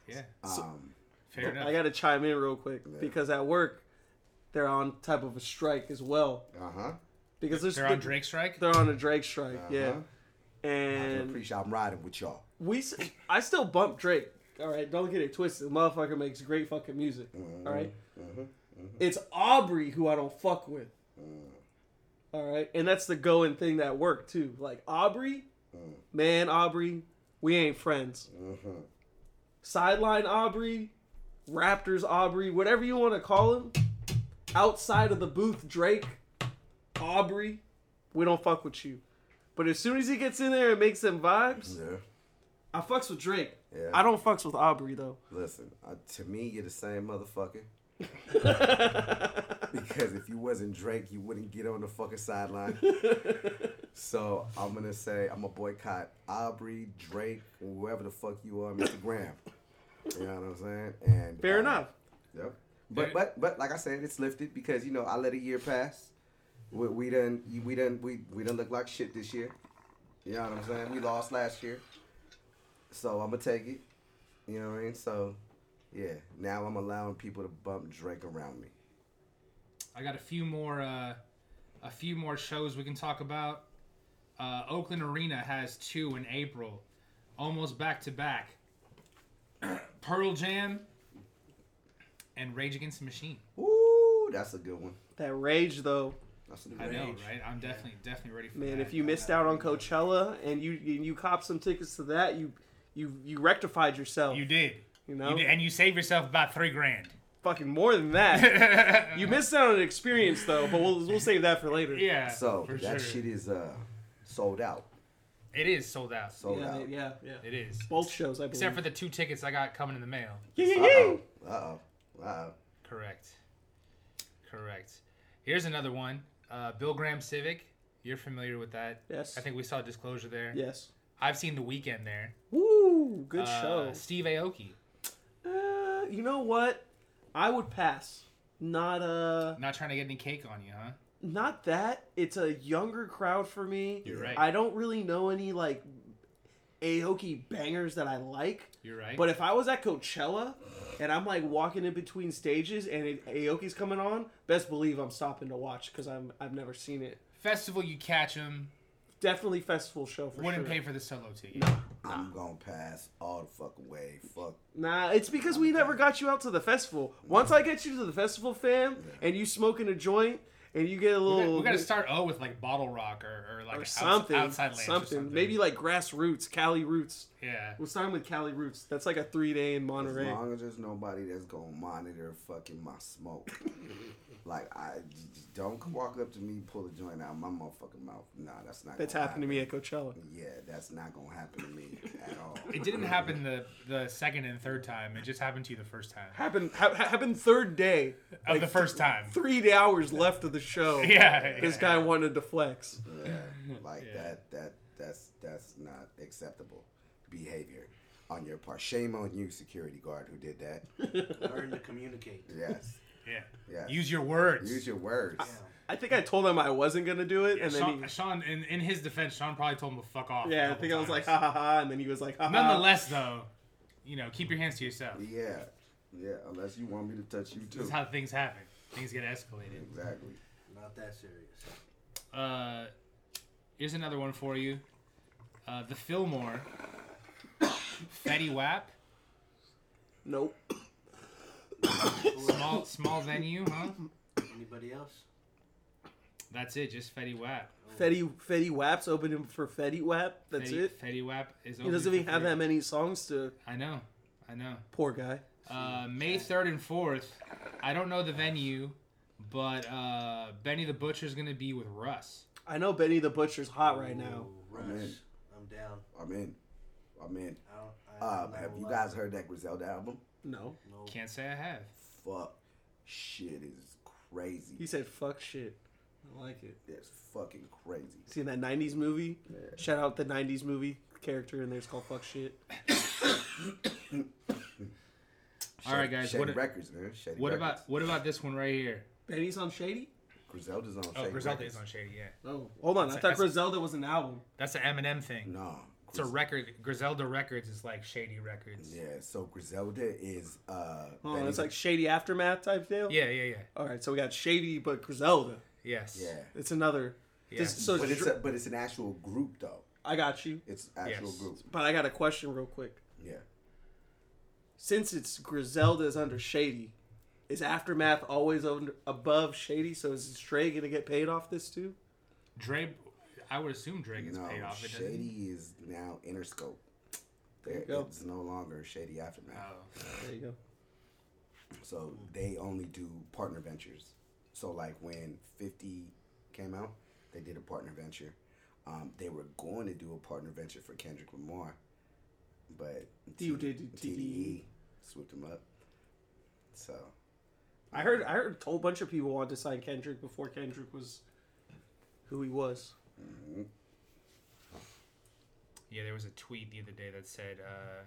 yeah.
Um,
Fair enough.
I gotta chime in real quick
Yeah.
because at work, they're on type of a strike as well
uh huh.
because there's
They're on Drake strike.
They're on a Drake strike,
Uh-huh.
yeah.
I
And
appreciate. I'm riding with y'all.
we, s- I still bump Drake. All right, don't get it twisted. The motherfucker makes great fucking music.
Mm-hmm.
All right? it's Aubrey who I don't fuck with.
Mm.
All right, and that's the going thing that worked too. Like Aubrey,
Mm.
man, Aubrey, we ain't friends.
Mm-hmm.
Sideline Aubrey, Raptors Aubrey, whatever you want to call him. Outside of the booth, Drake, Aubrey, we don't fuck with you. But as soon as he gets in there and makes them vibes,
Yeah.
I fucks with Drake.
Yeah.
I don't fucks with Aubrey though.
Listen, uh, to me, you're the same
[laughs]
motherfucker. because if you wasn't Drake, you wouldn't get on the fucking
[laughs]
sideline. so I'm gonna say I'm gonna boycott Aubrey, Drake, whoever the fuck you are, Mr. Graham. You know what I'm saying? And
Fair
uh,
enough.
Yep. But but but like I said, it's lifted because you know I let a year pass. We, we done we done we we done look like shit this year. You know what I'm saying? We lost last year, so I'm gonna take it. You know what I mean? So yeah, now I'm allowing people to bump Drake around me.
I got a few more, uh, a few more shows we can talk about. Uh, Oakland Arena has two in April, almost back to back. [clears throat] Pearl Jam and Rage Against the Machine.
Ooh, that's a good one.
That rage though.
That's a good
I
one.
know,
Rage.
right? I'm definitely, definitely ready for
Man,
that.
if you missed out on Coachella and you and you cop some tickets to that, you you you rectified yourself.
you
You,
did,
know,
you did, and you saved yourself about three grand. [laughs]
fucking more than that. you missed out on an experience though, but we'll we'll save that for later.
yeah.
So
for sure.
that shit is uh sold out.
It is sold out.
Sold
yeah,
out.
they- yeah, yeah.
It is.
Both shows, I believe.
Except for the two tickets I got coming in the mail.
yeah, yeah,
Uh
yeah.
oh. Uh oh. Uh oh.
Correct. Correct. Here's another one. Uh, Bill Graham Civic. You're familiar with that.
Yes.
I think we saw Disclosure there.
Yes.
I've seen The Weekend there.
Woo! Good
Uh,
show.
Steve Aoki.
Uh, you know what? I would pass. Not uh,
Not trying to get any cake on you, huh?
not that. It's a younger crowd for me.
You're right.
I don't really know any like Aoki bangers that I like.
You're right.
But if I was at Coachella and I'm like walking in between stages and it, Aoki's coming on, best believe I'm stopping to watch because I'm I've never seen it.
Festival, you catch him.
Definitely festival show for
Wouldn't
sure.
pay for the solo ticket.
I'm gonna pass all the fucking way. Fuck.
Nah, it's because we never got you out to the festival. Once I get you to the festival, fam, and you smoking a joint and you get a
We
little
gotta- we gotta start O with like Bottle Rock or, or like
or
outs-
something,
outside lands or
something, maybe like grassroots, Cali roots.
yeah.
We're starting with Cali roots. That's like a three day in
As
Monterey.
long as there's nobody that's gonna monitor fucking my
[laughs]
smoke, like I j- j- don't come walk up to me, pull a joint out of my motherfucking mouth. Nah, that's not.
That's
gonna
happened to me at Coachella.
happen. Yeah, that's not gonna happen to me at all.
[laughs] It didn't happen the the second and third time. It just happened to you the first time.
Happened ha- ha- happened third day.
Of the first
[laughs]
time.
Three hours left of the show.
[laughs] Yeah,
This
yeah.
guy wanted to flex.
Yeah, like
Yeah.
that. That that's that's not acceptable behavior on your part. Shame on you, security guard, who did that.
Learn
[laughs]
to communicate.
Yes.
[laughs] Yeah.
Yeah.
Use your words.
Use your words.
Yeah.
I think I told him I wasn't gonna do it, [laughs] and then
Sean,
he,
Sean in, in his defense, Sean probably told him to fuck off. a
yeah, I
couple
think I was like
times.
[laughs] ha ha ha, and then he was like ha ha.
Nonetheless,
[laughs]
though, you know, keep your hands to yourself.
Yeah. Yeah. Unless you want me to touch you
This
too.
is how things happen. Things get escalated.
Exactly.
Not that serious.
Uh, here's another one for you. Uh, the Fillmore, Fetty Wap,
nope.
Who else?
small small venue, huh?
Anybody else?
That's it. Just Fetty Wap.
Fetty Fetty Wap's opened him for Fetty Wap. That's
Fetty,
it.
Fetty Wap is.
He doesn't
open
even
for
have
free.
that many songs to.
I know. I know.
Poor guy.
Uh, May 3rd and 4th. I don't know the venue, but uh, Benny the Butcher's going to be with Russ.
I know Benny the Butcher's hot right now.
Ooh, Russ,
I'm in.
I'm down.
I'm in. I'm in.
I don't, I
Oh,
Um,
don't
have
know
you
why.
guys heard that Griselda album?
No,
No.
Can't say I have.
Fuck, shit is crazy.
he said fuck shit. I like it.
It's fucking crazy.
Seen that '90s movie? Shout out the '90s movie character in there's called fuck shit.
All right, guys,
Shady
what-
records, man. Shady
What
records.
about what about this one right here?
Benny's on Shady.
Griselda's on?
Oh,
Shady
Griselda
records.
is on Shady, yeah.
Oh, hold on. I
That's a-
thought
that's a-
Griselda was an album.
That's an Eminem thing.
No,
It's a
Gris-
record. Griselda Records is like Shady Records. Yeah,
Yeah, so Griselda is uh.
Oh,
Benny
it's
the-
like Shady Aftermath type deal.
yeah, yeah.
All right, so we got Shady but Griselda.
Yes.
yeah.
It's another.
Yeah.
This, so
but
it's
it's a, but it's an actual group though.
I got you,
It's actual
Yes.
group.
but I got a question real quick.
Yeah.
Since it's Griselda is under Shady, is Aftermath always under, above Shady? So is Stray gonna get paid off this too?
Dre, I would assume Dre gets
no,
paid off. It doesn't.
Shady is now Interscope. There,
you go.
it's no longer Shady Aftermath.
Oh,
There you go.
So they only do partner ventures. So like when Fifty came out, they did a partner venture. Um, they were going to do a partner venture for Kendrick Lamar, but
You
T-
did
TDE
TDE.
swooped him up. So
I heard I heard a whole bunch of people wanted to sign Kendrick before Kendrick was who he was.
yeah. There was a tweet the other day that said, uh,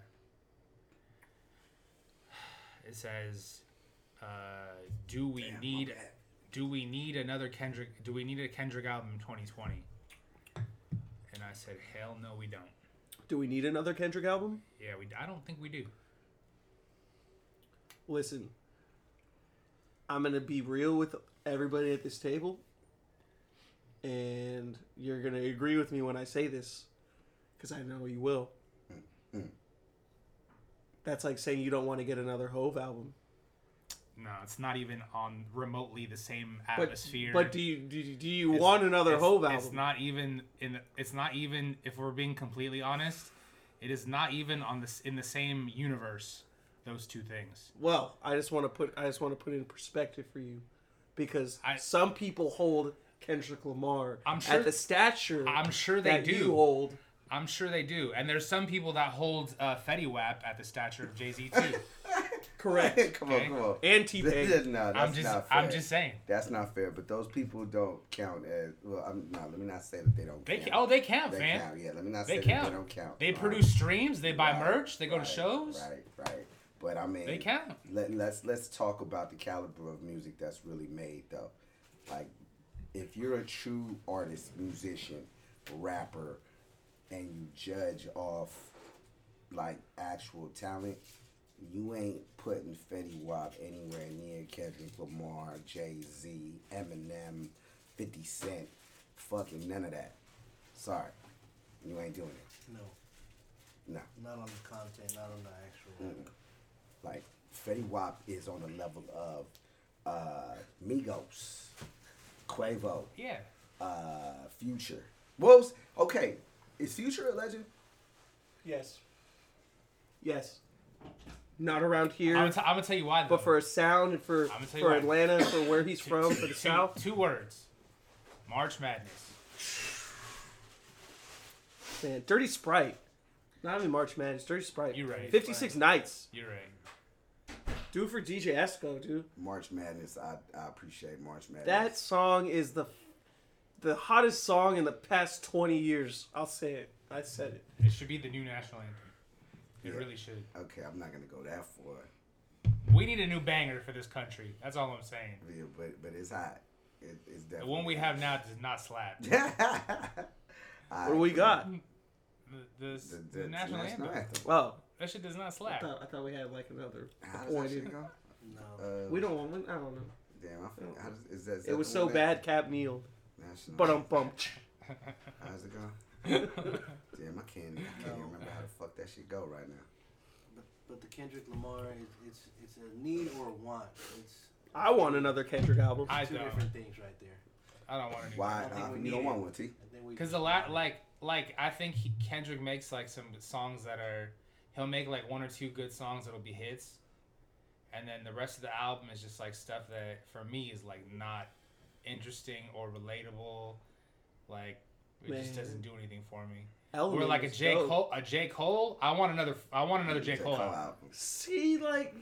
"It says, uh, do we
[laughs]
need, do we need another Kendrick? Do we need a Kendrick album in 2020?" And I said, "Hell no, we don't.
Do we need another Kendrick album?
Yeah, we. I don't think we do.
Listen, I'm gonna be real with everybody at this table, and you're gonna agree with me when I say this, because I know you will. That's like saying you don't want to get another Hove album.
No, it's not even on remotely the same
But,
atmosphere.
but do you do, you- do you
It's-
want another
it's-
Hove album?
It's not even in. the- It's not even if we're being completely honest. It is not even on this in the same universe. Those two things.
Well, I just want to put I just want to put it in perspective for you, because
I-
some people hold Kendrick Lamar
I'm sure-
at the stature
I'm sure they
that
do.
you hold.
I'm
[laughs]
sure they do, and there's some people that hold uh, Fetty Wap at the stature of Jay Z too.
[laughs]
Correct.
come on,
Okay.
come on.
And T-Pain.
[laughs] no, that's
I'm just
not fair.
I'm just saying.
That's not fair. But those people don't count as well. I'm no. Let me not say that they don't.
They
count.
ca- oh they count,
they
man.
count. Yeah, let me not
They
say that
count.
they don't count.
They
Right,
produce streams. They buy
right,
merch. They go
right,
to shows.
Right, right. But I mean,
They count.
Let, let's let's talk about the caliber of music that's really made though. Like, if you're a true artist, musician, rapper, and you judge off like actual talent, you ain't putting Fetty Wap anywhere near Kendrick Lamar, Jay Z, Eminem, Fifty Cent, fucking none of that. Sorry, you ain't doing it.
No,
No.
not on the content, not on the actual.
Mm. Like Fetty Wap is on the level of uh, Migos, Quavo,
Yeah.
uh, Future. Wolves. Okay, is Future a legend?
Yes. Yes. Not around here,
I'm gonna, t- I'm gonna tell you why. Though.
but for a sound and for
I'm gonna tell you
for
why.
Atlanta, and for where he's [laughs]
Two-
from,
two-
for the
two-
South.
Two words. March Madness.
Man, Dirty Sprite. Not even March Madness. Dirty Sprite.
You're right.
Fifty-six nights.
You're right.
Do it for DJ Esco, dude.
March Madness. I, I appreciate March Madness.
That song is the the hottest song in the past twenty years. I'll say it. I said it.
It should be the new national anthem. It
Yeah.
really should.
okay. I'm not gonna go that far.
We need a new banger for this country. That's all I'm saying.
Yeah, but but it's hot. It, it's
The
definitely
one we have
[laughs]
now does not slap.
I
What do we
agree.
got?
The, the,
The,
the national anthem.
Wow.
That shit does not
I
slap.
thought, I thought we had like another
How does that
point.
shit go?
No,
Uh,
We don't want. I don't know.
Damn, I feel, how does, is that, is that
It was
the
so
one
bad.
that-
Cap Neal.
National
But um, bum.
[laughs]
How's it go? Damn, I can't, I can't
No.
remember how the fuck that shit go right now.
but, but the Kendrick Lamar, it, it's it's a need or a want. It's
I want another Kendrick album.
I
two
don't.
different things right there.
I don't want to.
Why?
I think
uh,
we
you
need
don't
it.
want one, T.
I think we
Because a lot, like, like I think he, Kendrick makes like some songs that are, he'll make like one or two good songs that'll be hits, and then the rest of the album is just like stuff that for me is like not interesting or relatable, like it just
Man.
doesn't do anything for me.
Element
Or like a
is
J
Oh, dope.
Cole, a J Cole. I want another, I want another J
Check
Cole.
all
album.
albums.
See, like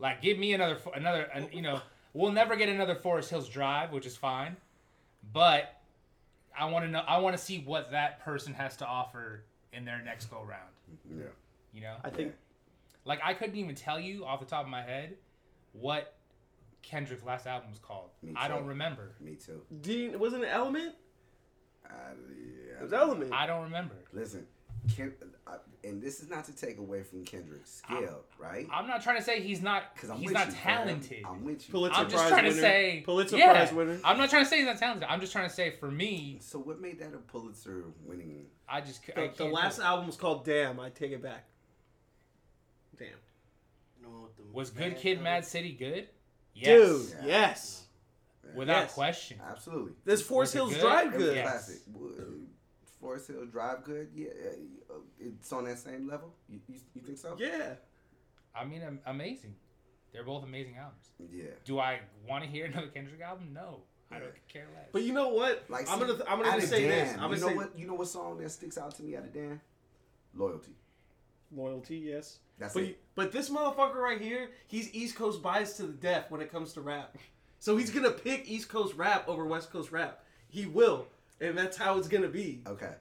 Like, give me another, fo- another, an, you know, we'll never get another Forest Hills Drive, which is fine, but I want to know, I want to see what that person has to offer in their next go round.
Yeah.
You know,
I think
like I couldn't even tell you off the top of my head what Kendrick's last album was called.
Me
I don't
too.
remember.
Me too.
Dean wasn't it Element.
I, yeah,
It was Element.
I don't remember.
Listen, Ken, I, and this is not to take away from Kendrick's skill, right?
I'm not trying to say he's not
Because I'm
he's
with
not
you, fam.
talented.
I'm with you.
Pulitzer
I'm just
Prize
trying
winner.
to say
Pulitzer
yeah,
Prize winner.
I'm not trying to say he's not talented. I'm just trying to say for me,
[laughs] so what made that a Pulitzer winning?
I just c- I
The,
can't
the
do
last
it.
album was called Damn. I take it back. Damn.
You know, with the
was Good
Mad
Kid,
Dog-
Mad City good.
Dude,
Yeah.
yes.
without
Yes.
question.
Absolutely.
This Forest
it
Hills
good?
Drive
It was
good.
Yeah.
classic. Wood- Forest Hill Drive, good. Yeah, uh, it's on that same level. You, you, you think so?
Yeah.
I mean, am- amazing. They're both amazing albums.
Yeah.
Do I want to hear [laughs] another Kendrick album? No, I
Yeah.
don't care less.
But you know what?
Like
I'm gonna
see,
I'm gonna
Outta
just say
Dan,
this. I'm gonna
you know
say
what? You know what song that sticks out to me out of Dan? Loyalty.
loyalty. Yes.
That's
But
it.
but this motherfucker right here, he's East Coast biased to the death when it comes to rap. So he's gonna pick East Coast rap over West Coast rap. He will, and that's how it's gonna be.
Okay.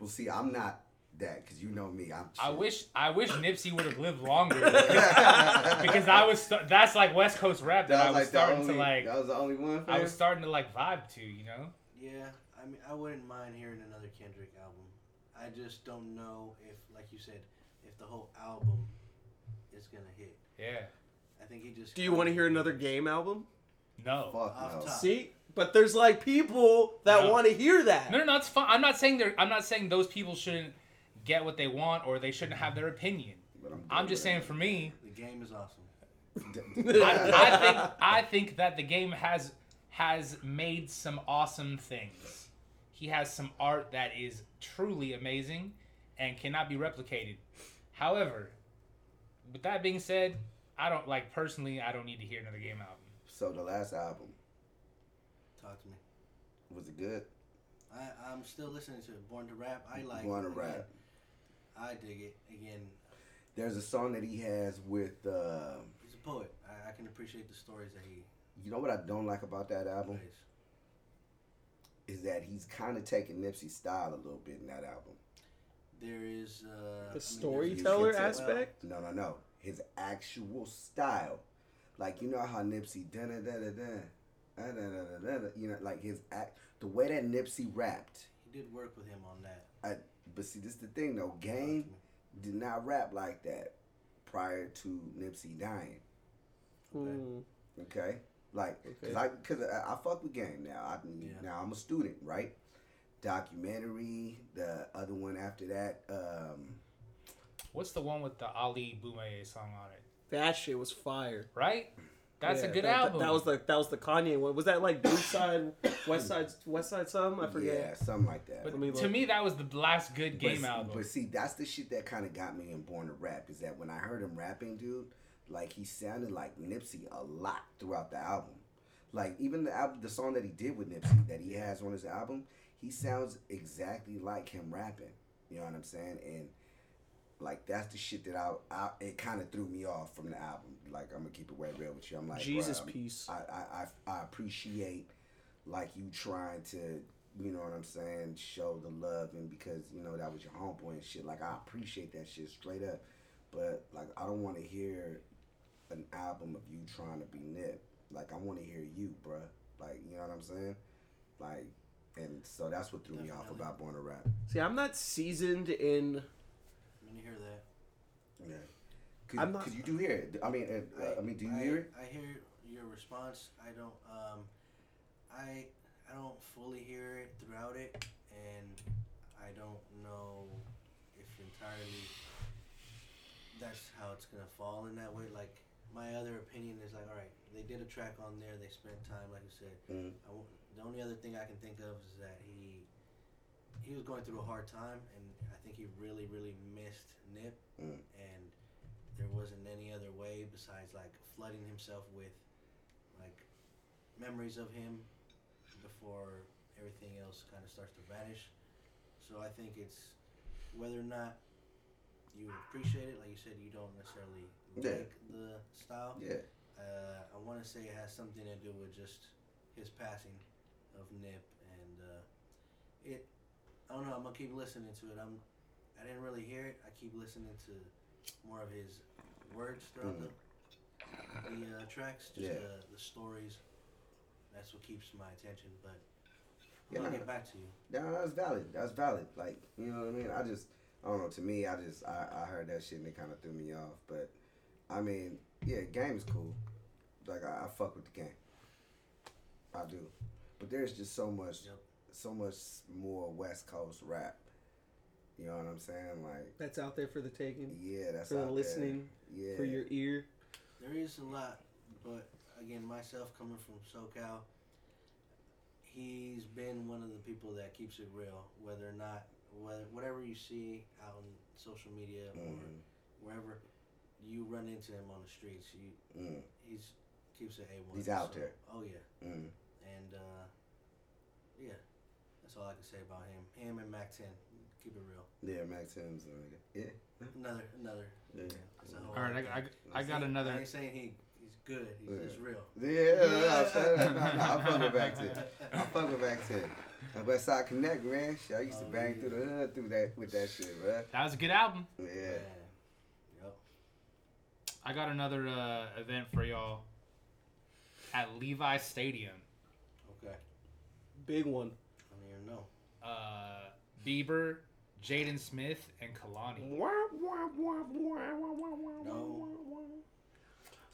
Well, see, I'm not that because you know me. I'm.
I
chill. [laughs]
wish I wish Nipsey would have lived longer because, because I was st- that's like West Coast rap that,
That
I
was
was
like the
starting
only.
to like
that was the only one.
I
fam?
was starting to like vibe to you know
Yeah, I mean, I wouldn't mind hearing another Kendrick album. I just don't know if, like you said, if the whole album is gonna hit.
yeah
I think he just.
Do you want to hear another Game album?
no
Fuck no.
Off top.
See, but there's like people that
No.
want to hear that.
no no no it's fine I'm not saying they're I'm not saying those people shouldn't get what they want or they shouldn't have their opinion
But I'm,
I'm
good
just saying
with
for me
The game is awesome.
[laughs] it.
I, I think I think that the game has has made some awesome things. He has some art that is truly amazing and cannot be replicated. However, with that being said, I don't like personally. I don't need to hear another game album.
so the last album
Talk to me.
was it good?
I, I'm still listening to it. Born to Rap. I like.
Born
it.
to Rap.
I dig it. Again,
There's a song that he has with. Uh,
he's a poet. I, I can appreciate the stories that he
You know what I don't like about that album
plays.
is that he's kind of taking Nipsey's style a little bit in that album.
There is uh, I mean,
The
there's-
storyteller
Well-
aspect.
No, no, no. His actual style, like you know how Nipsey da da da da da da da da, you know, like his act, the way that Nipsey rapped.
He did work with him on that.
I, but see, this is the thing though. Game did not rap like that prior to Nipsey dying.
Mm.
Okay, like because I because I, I fuck with Game now. I
Yeah.
now I'm a student, right? Documentary, the other one after that. um
What's the one with the Ali Boumaye song on it?
That shit was fire.
Right? That's
Yeah,
a good
that,
album.
That, was the that was the Kanye one. Was that like Blue Side, West Side, West Side? Some I forget.
Yeah, something like that.
But
Let me
to
look.
me, that was the last good game
but,
album.
But see, that's the shit that kind of got me in Born to Rap is that when I heard him rapping, dude, like he sounded like Nipsey a lot throughout the album. Like even the album, the song that he did with Nipsey that he has on his album, he sounds exactly like him rapping. You know what I'm saying? And like that's the shit that I, I it kind of threw me off from the album. Like I'm gonna keep it way real with you. I'm like
Jesus
bruh, I'm-
piece.
I, I, I, I appreciate like you trying to you know what I'm saying show the love and because you know that was your homeboy and shit like I appreciate that shit straight up but like I don't want to hear an album of you trying to be nip like I want to hear you bruh like you know what I'm saying like and so that's what threw me off
Definitely.
about Born to Rap
See, I'm not seasoned in.
I mean, you hear that.
yeah could,
I'm not-
could you do hear it I mean uh, uh, I mean do you
I,
hear it
I hear your response. I don't. Um, I I don't fully hear it throughout it, and I don't know if entirely that's how it's gonna fall in that way. Like my other opinion is like, all right, they did a track on there. They spent time, like you said.
Mm.
I w- the only other thing I can think of is that he he was going through a hard time, and I think he really, really missed Nip,
Mm.
and there wasn't any other way besides like flooding himself with like memories of him before everything else kind of starts to vanish. So I think it's whether or not you appreciate it, like you said, you don't necessarily
Yeah.
like the style
yeah
uh, I want to say it has something to do with just his passing of Nip, and uh, it. I don't know. I'm gonna keep listening to it. I'm. I didn't really hear it. I keep listening to more of his words throughout the the uh, tracks, just
Hmm. Yeah.
the, the stories. That's what keeps my attention. But
Yeah,
I'll
nah.
get back to you.
No, that's valid. That's valid. Like, you know what I mean? I just, I don't know. To me, I just, I, I heard that shit and it kind of threw me off. But, I mean, yeah, game is cool. Like, I, I fuck with the game. I do. But there's just so much,
Yep.
so much more West Coast rap. You know what I'm saying? Like,
That's out there for the taking,
yeah, that's
for the
out there.
listening,
Yeah.
for your ear.
There is a lot, but again, myself coming from SoCal, he's been one of the people that keeps it real, whether or not whether whatever you see out on social media or
Mhm.
wherever you run into him on the streets, you
Mm,
he's keeps it a one.
He's out there.
Oh yeah,
mm.
and uh, yeah, that's all I can say about him. Him and Mac Ten, keep it real.
Yeah, Max Tim's. uh, Yeah. Mm.
Another another.
Yeah.
that's a whole
All right,
other
I, I,
thing.
I got
I
another.
ain't saying he he's good. He's
Yeah.
just real.
Yeah, yeah. I'm saying [laughs] that. Nah, nah, I fuck with Max Tim. I
[laughs]
fuck with Max Ten. That West Side Connect, man. Shit, I used to
Oh,
bang
yeah.
through the hood through that with that shit, bro.
That was a good album.
Yeah.
Yep.
I got another uh, event for y'all at Levi Stadium.
Okay.
Big one.
I don't even know.
Uh, Bieber, Jaden Smith, and Kalani.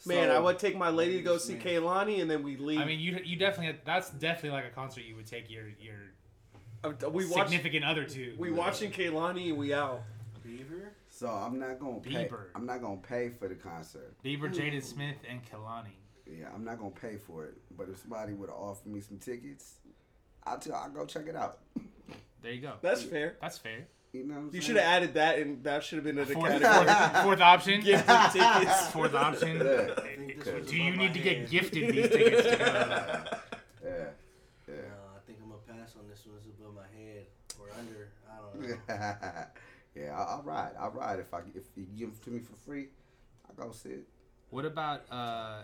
Man, I
So,
would take my lady to go
ladies,
see
man.
Kaylani, and then we leave.
I mean, you you definitely that's definitely like a concert you would take your your
Uh, we watch.
significant other to.
We watching Kaylani, and we out.
Beaver?
So I'm not gonna pay.
Bieber.
I'm not gonna pay for the concert.
Bieber, Jaden Smith, and Kalani.
Yeah, I'm not gonna pay for it. But if somebody would have offered me some tickets, I'll tell. I'll go check it out.
There you go.
That's fair.
That's fair.
You know. What I'm
You
saying?
should have added that, and that should have been an
Fourth,
academy.
[laughs] fourth, fourth option.
Gifted tickets.
Fourth option.
Yeah.
I think this was
Do you
above my
need to get
head.
gifted these tickets to go?
Yeah. [laughs]
No, Uh, I think I'm gonna pass on this one. It's above my head or under. I don't know.
Yeah. yeah. I, I'll ride. I'll ride if I if you give it to me for free. I go sit.
What about uh,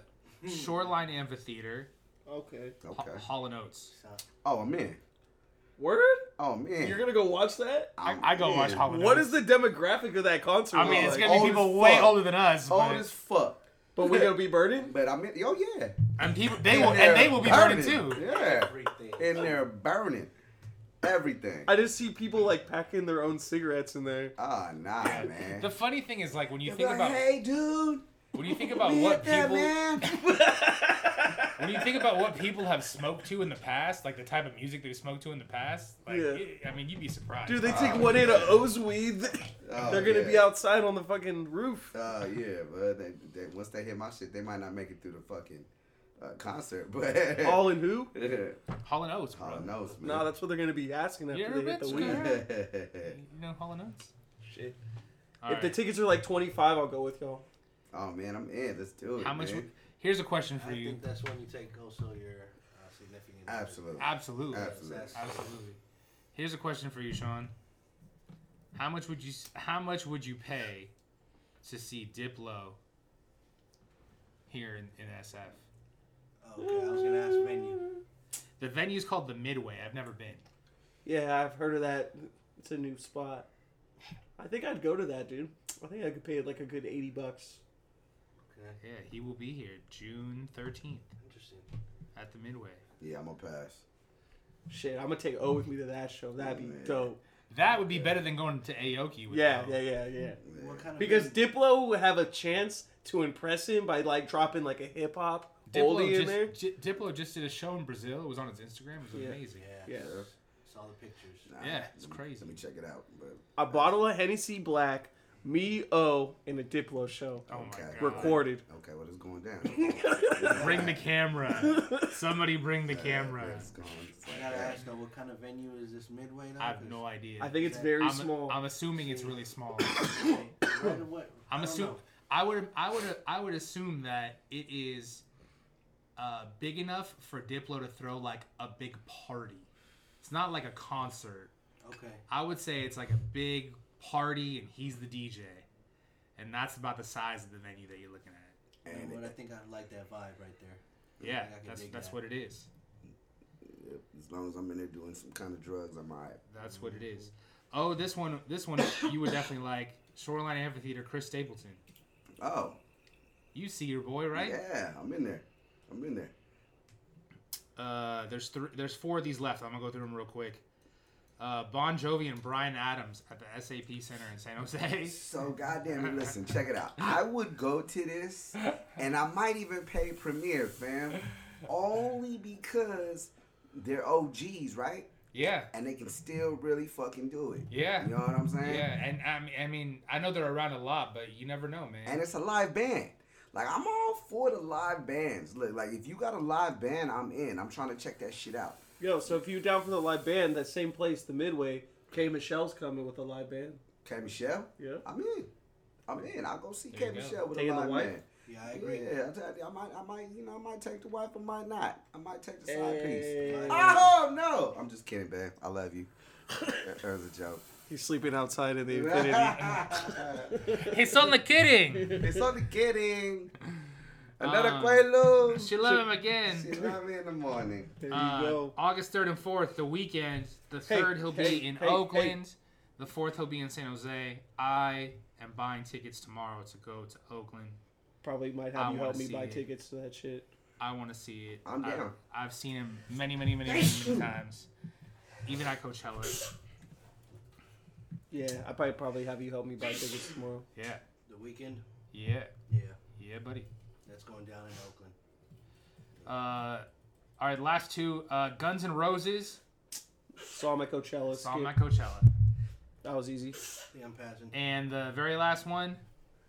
Shoreline Amphitheater,
[laughs]
Okay.
Hmm. Okay.
Ho- Hall and Oates?
So,
Oh man.
Word?
Oh man.
You're gonna go watch that?
I'm
I, I go watch
in.
Hall and
What
Oates.
is the demographic of that concert?
Oh, I mean,
look
it's
like?
gonna
old
be
as
people way
fuck.
older than us.
old
but,
as fuck.
But we gonna be burning?
But I mean, oh yeah.
and people they
In
will
there
and they will be burning too.
Yeah.
[laughs]
everything.
And they're burning everything.
I just see people like packing their own cigarettes in there.
Ah, nah, man.
The funny thing is, like when you think
They're like,
about
hey, dude.
when you think about
we
what
hit that,
people [laughs]
man.
when you think about what people have smoked to in the past, like the type of music they've smoked to in the past, like
Yeah.
it- I mean, you'd be surprised. Uh,
Dude, they take one in of O's weed.
Ah. Oh,
They're gonna
yeah.
be outside on the fucking roof.
Uh, yeah, but they, they, once they hit my shit, they might not make it through the fucking uh, concert. But [laughs]
All in who?
Hall and Oates, bro.
Hall knows, man.
Nah, that's what they're gonna be asking after
You're
they
a
hit the
rich
weed.
guy.
that's.
You know Hall and Oates.
Shit.
All
if
right.
the tickets are like twenty five, I'll go with y'all.
[laughs] oh man, I'm in. Let's do it.
How much?
man.
would- Here's a question for
[laughs] I
you.
think that's when you take also your uh, significant. other.
Absolutely.
Absolutely.
Absolutely.
That's-
Absolutely. Here's a question for you, Sean. How much would you How much would you pay to see Diplo here in, in SF?
Okay, I was gonna ask venue.
The venue's called the Midway. I've never been.
Yeah, I've heard of that. It's a new spot. I think I'd go to that, dude. I think I could pay like a good eighty bucks.
Okay,
Yeah, he will be here June 13th
interesting.
at the Midway.
Yeah, I'm gonna pass.
Shit, I'm gonna take O with me to that show. That'd be
Yeah.
dope.
That would be better than going to Aoki. With
Yeah,
Diplo.
yeah, yeah, yeah.
Yeah.
What kind of
Because Diplo would have a chance to impress him by like dropping like a hip hop oldie
Diplo
in there.
just, J- Diplo just did a show in Brazil. It was on his Instagram. It was
Yeah.
amazing.
Yeah.
Saw the pictures.
Nah,
Yeah, it's
let me-
crazy.
Let me check it out. But
A bottle of Hennessy Black, me O, and a Diplo show
Oh my
Okay.
god.
recorded.
okay, what is going down?
[laughs] Bring the
[laughs]
camera. Somebody bring the camera.
It's going. It's
I
like
gotta
that.
ask though, what kind of venue is this Midway? Though?
I have no idea.
I think it's very
I'm,
small.
I'm assuming it's really
[coughs]
small. [coughs]
idea. Right away,
I'm
I don't
assuming
know.
I would I would I would assume that it is uh, big enough for Diplo to throw like a big party. It's not like a concert.
Okay.
I would say it's like a big party and he's the DJ. And that's about the size of the venue that you're looking at.
You know
And
what? I think I like that vibe right there.
Yeah,
think I can
that's
dig
that's
that.
what it is.
Yep, as long as I'm in there doing some kind of drugs, I'm alright.
That's what it is.
Mm-hmm.
Oh, this one this one you would definitely like Shoreline Amphitheater Chris Stapleton.
Oh,
You see your boy, right?
yeah, I'm in there. I'm in there.
Uh, there's three. There's four of these left. I'm gonna go through them real quick. Uh, bon Jovi and Brian Adams at the SAP Center in San Jose.
[laughs] So goddamn it, listen, check it out. I would go to this and I might even pay premiere, fam. Only because they're OGs, right?
Yeah,
And they can still really fucking do it.
yeah,
You know what I'm saying?
yeah. And I mean, I mean, I know they're around a lot, but you never know, man.
And it's a live band. Like I'm all for the live bands. Look, like if you got a live band, I'm in. I'm trying to check that shit out.
Yo, so if you down for the live band, that same place, the Midway, K Michelle's coming with a live band.
K Michelle?
Yeah.
I'm in. I'm in. I'll go see
There
K
you go.
Michelle with
Taking
a
the
live
wife?
band.
Yeah, I agree.
Yeah, I, tell you, I might, I might, you know, I might take the wife, I might not. I might take the side piece.
Hey.
Oh no! I'm just kidding, babe. I love you. that that was a joke.
He's sleeping outside [laughs] in the infinity.
[laughs] it's
It's only kidding.
only kidding. Another
Um, [laughs]
Quaalude.
She love him again.
She love me in the morning.
There you
Uh,
go.
August third and fourth, the weekend. The third he'll
hey,
be in
hey, hey.
Oakland. The fourth he'll be in San Jose. I am buying tickets tomorrow to go to Oakland.
Probably might
I
have
wanna
you help me
see
buy
it.
tickets to that shit.
I want to see it.
I'm
I-
down.
I've seen him many, many, many, many, many times. Even at Coachella.
Yeah, I probably probably have you help me buy tickets tomorrow.
Yeah,
The weekend.
yeah,
Yeah,
yeah, buddy.
that's going down in Oakland.
Uh, all right, last two. Uh, Guns N' Roses
Saw my Coachella.
saw
skip.
my Coachella,
That was easy.
I think I'm passing.
and the very last one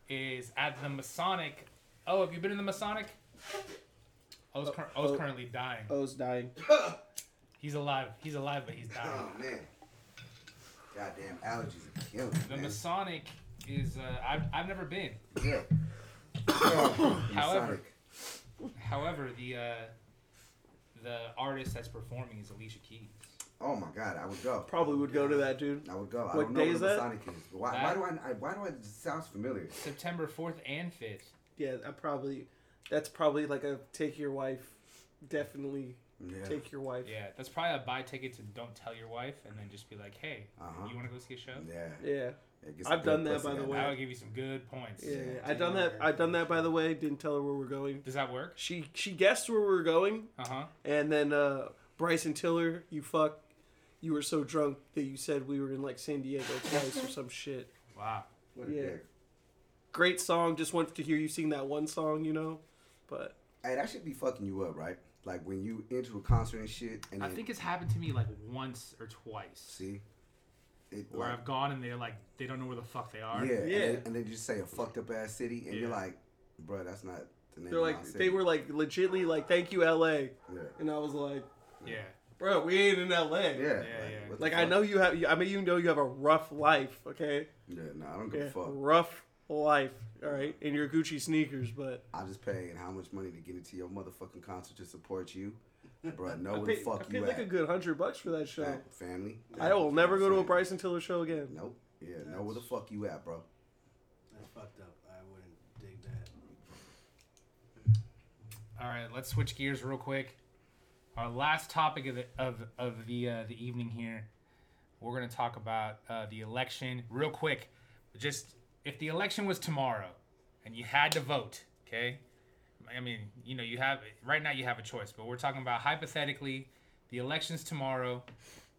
is at the Masonic. Oh, have you been in the Masonic? O's, cur- O's
oh.
currently dying.
O's dying.
He's alive. He's alive, but he's dying.
Oh man. Goddamn allergies are killing me.
The
man.
Masonic is. Uh, I've I've never been.
Yeah. Oh,
However-
Masonic.
However, the uh, the artist that's performing is Alicia Keys.
Oh my god, I would go.
Probably would go to that, dude.
I would go. I
What
don't know
day is
what a
that?
Masonic is. Why, why do I, I? Why do I? It sounds familiar.
September 4th and 5th.
yeah, I probably that's probably like a take your wife, definitely
Yeah.
take your wife.
Yeah, that's probably a buy tickets and don't tell your wife, and then just be like, hey,
Uh-huh.
you want to go see a show?
Yeah.
Yeah.
Yeah, get
I've
some good
done that,
pussy
by the
that
way.
night.
That would give you some good points.
Yeah,
Yeah.
I done that. I done that by the way. Didn't tell her where we're going.
Does that work?
She she guessed where we were going,
Uh huh.
and then uh, Bryson Tiller, you fuck, you were so drunk that you said we were in like San Diego twice or some shit.
Wow.
What a
Yeah.
dick.
Great song. Just wanted to hear you sing that one song, you know. But
Hey, that should be fucking you up, right? Like when you enter a concert and shit, and
I
then-
think it's happened to me like once or twice,
see, it
where
like,
I've gone and they're like, they don't know where the fuck they are.
yeah, and
Yeah.
then- and then you just say a fucked up ass city, and you're
Yeah.
like, bruh, that's not the name.
they're
of
like
my city.
they were like legitly like thank you L.A.
yeah,
and I was like
Yeah.
bro we ain't in L.A.
yeah, like,
Yeah, yeah.
what the
Like I
fuck?
know you have. I mean you know you have a rough life, okay?
Yeah, no, I don't give
Yeah,
a fuck.
rough life. All right, in your Gucci sneakers, but
I just paying how much money to get into your motherfucking concert to support
[laughs]
you, bruh. Know
I
where the
paid, I
fuck
paid
you
like
at,
a good hundred bucks for that show.
Fam- family.
I will never go to a
Fam-
Bryson Tiller show again.
Nope. Yeah, know where the fuck you at, bro.
That's fucked up. I wouldn't dig that.
All right, let's switch gears real quick. Our last topic of the of, of the uh, the evening here, we're gonna talk about uh, the election real quick. Just if the election was tomorrow, and you had to vote, okay? I mean, you know, you have right now you have a choice, but we're talking about hypothetically, the election's tomorrow.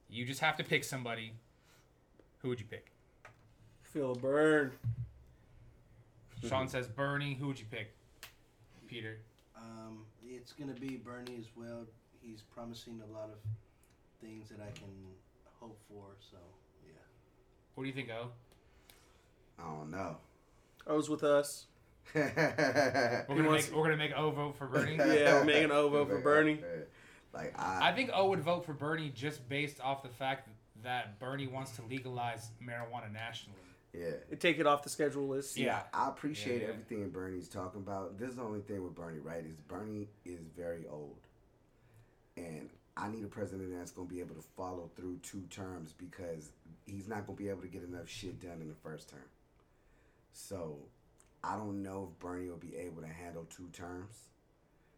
You just have to pick somebody. Who would you pick?
Feel a burn. Mm-hmm.
Sean says Bernie. Who would you pick? Peter.
Um, it's gonna be Bernie as well. He's promising a lot of things that I can hope for. So yeah,
What do you think, O?
I don't
[laughs]
know.
I was with us.
We're
He
gonna
[laughs]
wants-
make we're gonna make O vote for Bernie.
[laughs] Yeah, we're making Ovo for Bernie.
Like I,
I think O would vote for Bernie just based off the fact that Bernie wants to legalize marijuana nationally.
yeah.
Take it off the schedule list.
Yeah.
I appreciate
Yeah, yeah.
everything Bernie's talking about. This is the only thing with Bernie, right? Is Bernie is very old, and I need a president that's going to be able to follow through two terms because he's not going to be able to get enough shit done in the first term. So, I don't know if Bernie will be able to handle two terms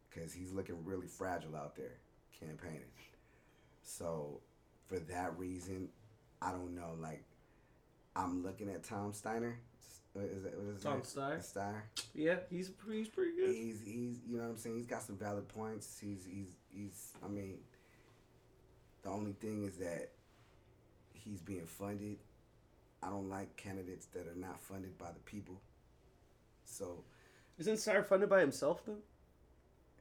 because he's looking really fragile out there campaigning. So, for that reason, I don't know. Like, I'm looking at Tom Steiner. What is that? What is his
Tom
name?
Steyer?
Steyer.
yeah, he's he's pretty good.
He's he's you know what I'm saying. He's got some valid points. He's he's he's. I mean, the only thing is that he's being funded. I don't like candidates that are not funded by the people. So
Isn't Sire funded by himself though?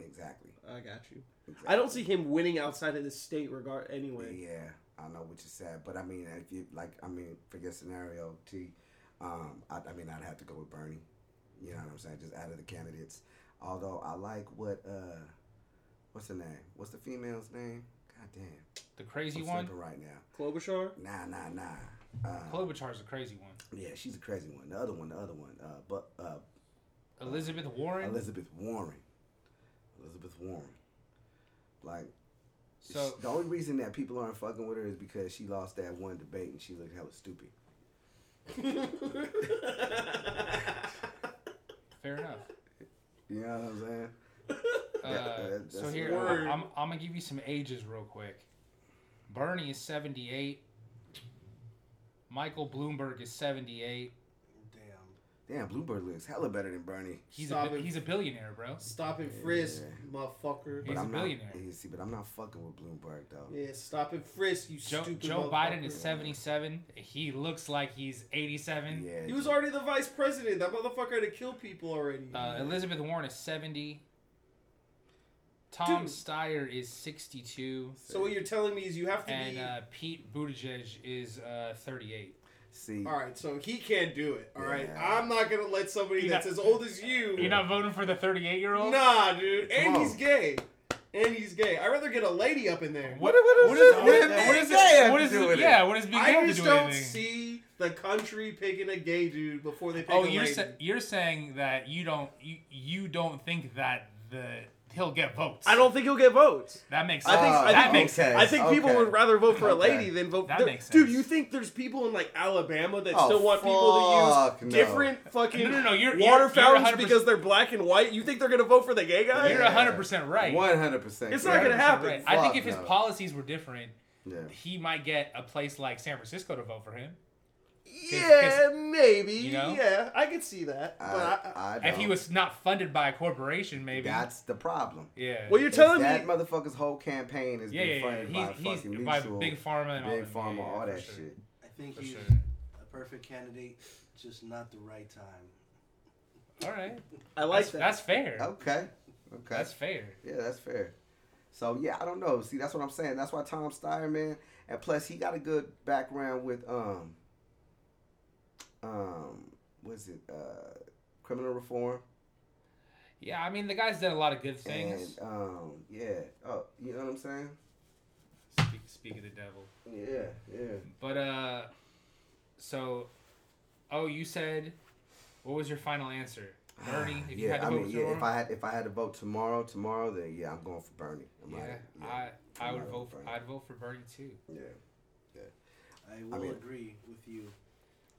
exactly.
I got you.
exactly.
I don't see him winning outside of the state regard anyway.
Yeah, I know what you said, but I mean, if you like, I mean, for your scenario, T, um, I, I mean, I'd have to go with Bernie. You know what I'm saying? Just out of the candidates. Although I like what uh, what's her name? What's the female's name? God damn,
The crazy
I'm
one,
slipping right now.
Klobuchar.
Nah, nah, nah. Uh,
Klobuchar's the crazy one.
yeah, she's a crazy one. The other one, the other one. Uh, but uh,
Elizabeth Warren.
Elizabeth Warren. Elizabeth Warren. Like,
So
the only reason that people aren't fucking with her is because she lost that one debate and she looked hella stupid.
fair
[laughs]
enough.
You know what I'm saying?
Uh,
that-
so
that's
here,
word.
I'm, I'm gonna give you some ages real quick. Bernie is 78. Michael Bloomberg is 78.
damn.
Damn, Bluebird looks hella better than Bernie.
He's
Stop
a bi-
it.
he's a billionaire, bro.
[laughs] Stop and frisk, motherfucker.
He's
But
a
I'm not,
billionaire.
yeah, see, but I'm not fucking with Bloomberg though.
Yeah, stop and frisk, you
Joe,
stupid
Joe Biden is
motherfucker.
77. He looks like he's 87.
Yeah,
He was already the vice president. That motherfucker had to kill people already.
Uh, Elizabeth Warren is 70. Tom
Dude.
Steyer is 62.
so what you're telling me is you have to
And
be.
uh, Pete Buttigieg is uh, 38.
see,
uh,
all right, so he can't do it. All right,
Yeah.
I'm not gonna let somebody
You're
that's
not-
as old as you.
[laughs] You're not voting for the 38 year old?
Nah, dude. and
on.
he's gay. And he's gay. I'd rather get a lady up in there.
What,
what does
what
being
what is
gay have
it?
to
What is
do
it?
with it?
Yeah, what is being gay
I
have to
just
do
don't
anything?
see the country picking a gay dude before they pick
oh,
a
you're
lady.
sa- you're saying that you don't you, you don't think that the he'll get votes.
I don't think he'll get votes.
That makes
I
sense.
Ah,
think- I
that
think-
makes sense.
I think people
okay.
would rather vote for a
Okay.
lady than vote.
That
there-
makes
Dude,
sense.
you think there's people in like Alabama that
Oh,
still want people
fuck
to
no.
use different fucking
No, no, no, you're- you're-
water
you're
fountains
100%
because they're black and white? You think they're gonna vote for the gay guy?
You're
Yeah.
100% right.
One hundred percent.
It's not gonna happen.
Right. I think
Fuck
if his
no.
policies were different,
Yeah.
he might get a place like San Francisco to vote for him.
Yeah, maybe.
you know?
Yeah, I could see that.
I,
but I,
I
If he
don't.
was not funded by a corporation, maybe.
that's the problem.
yeah.
well, you're
Is
telling
that
me
motherfucker's whole campaign has
yeah,
been
yeah,
funded
yeah.
by
He's,
fucking
he's by
mutual,
big pharma and all
big
that.
pharma,
yeah, yeah,
all
for
that
sure.
shit.
I think
For
he's
sure.
a perfect candidate, just not the right time.
All right.
I like
that's,
that.
that's fair.
Okay, okay,
That's fair.
yeah, that's fair. So yeah, I don't know. See, that's what I'm saying. That's why Tom Steyer, man, and plus he got a good background with um, um, was it uh, criminal reform?
Yeah, I mean the guy's done a lot of good things.
And um, yeah. Oh, you know what I'm saying?
speak, speak of the devil.
Yeah, yeah.
But uh, so, oh, you said, what was your final answer, Bernie? If
Ah, yeah,
you had to
I
vote
mean,
for
yeah. If
him?
I had if I had to vote tomorrow, tomorrow, then yeah, I'm going for Bernie. I'm
yeah,
like,
I, I
I'm
would
not
vote
voting
for.
for
I'd vote for Bernie too.
yeah.
I will
mean-
agree with you.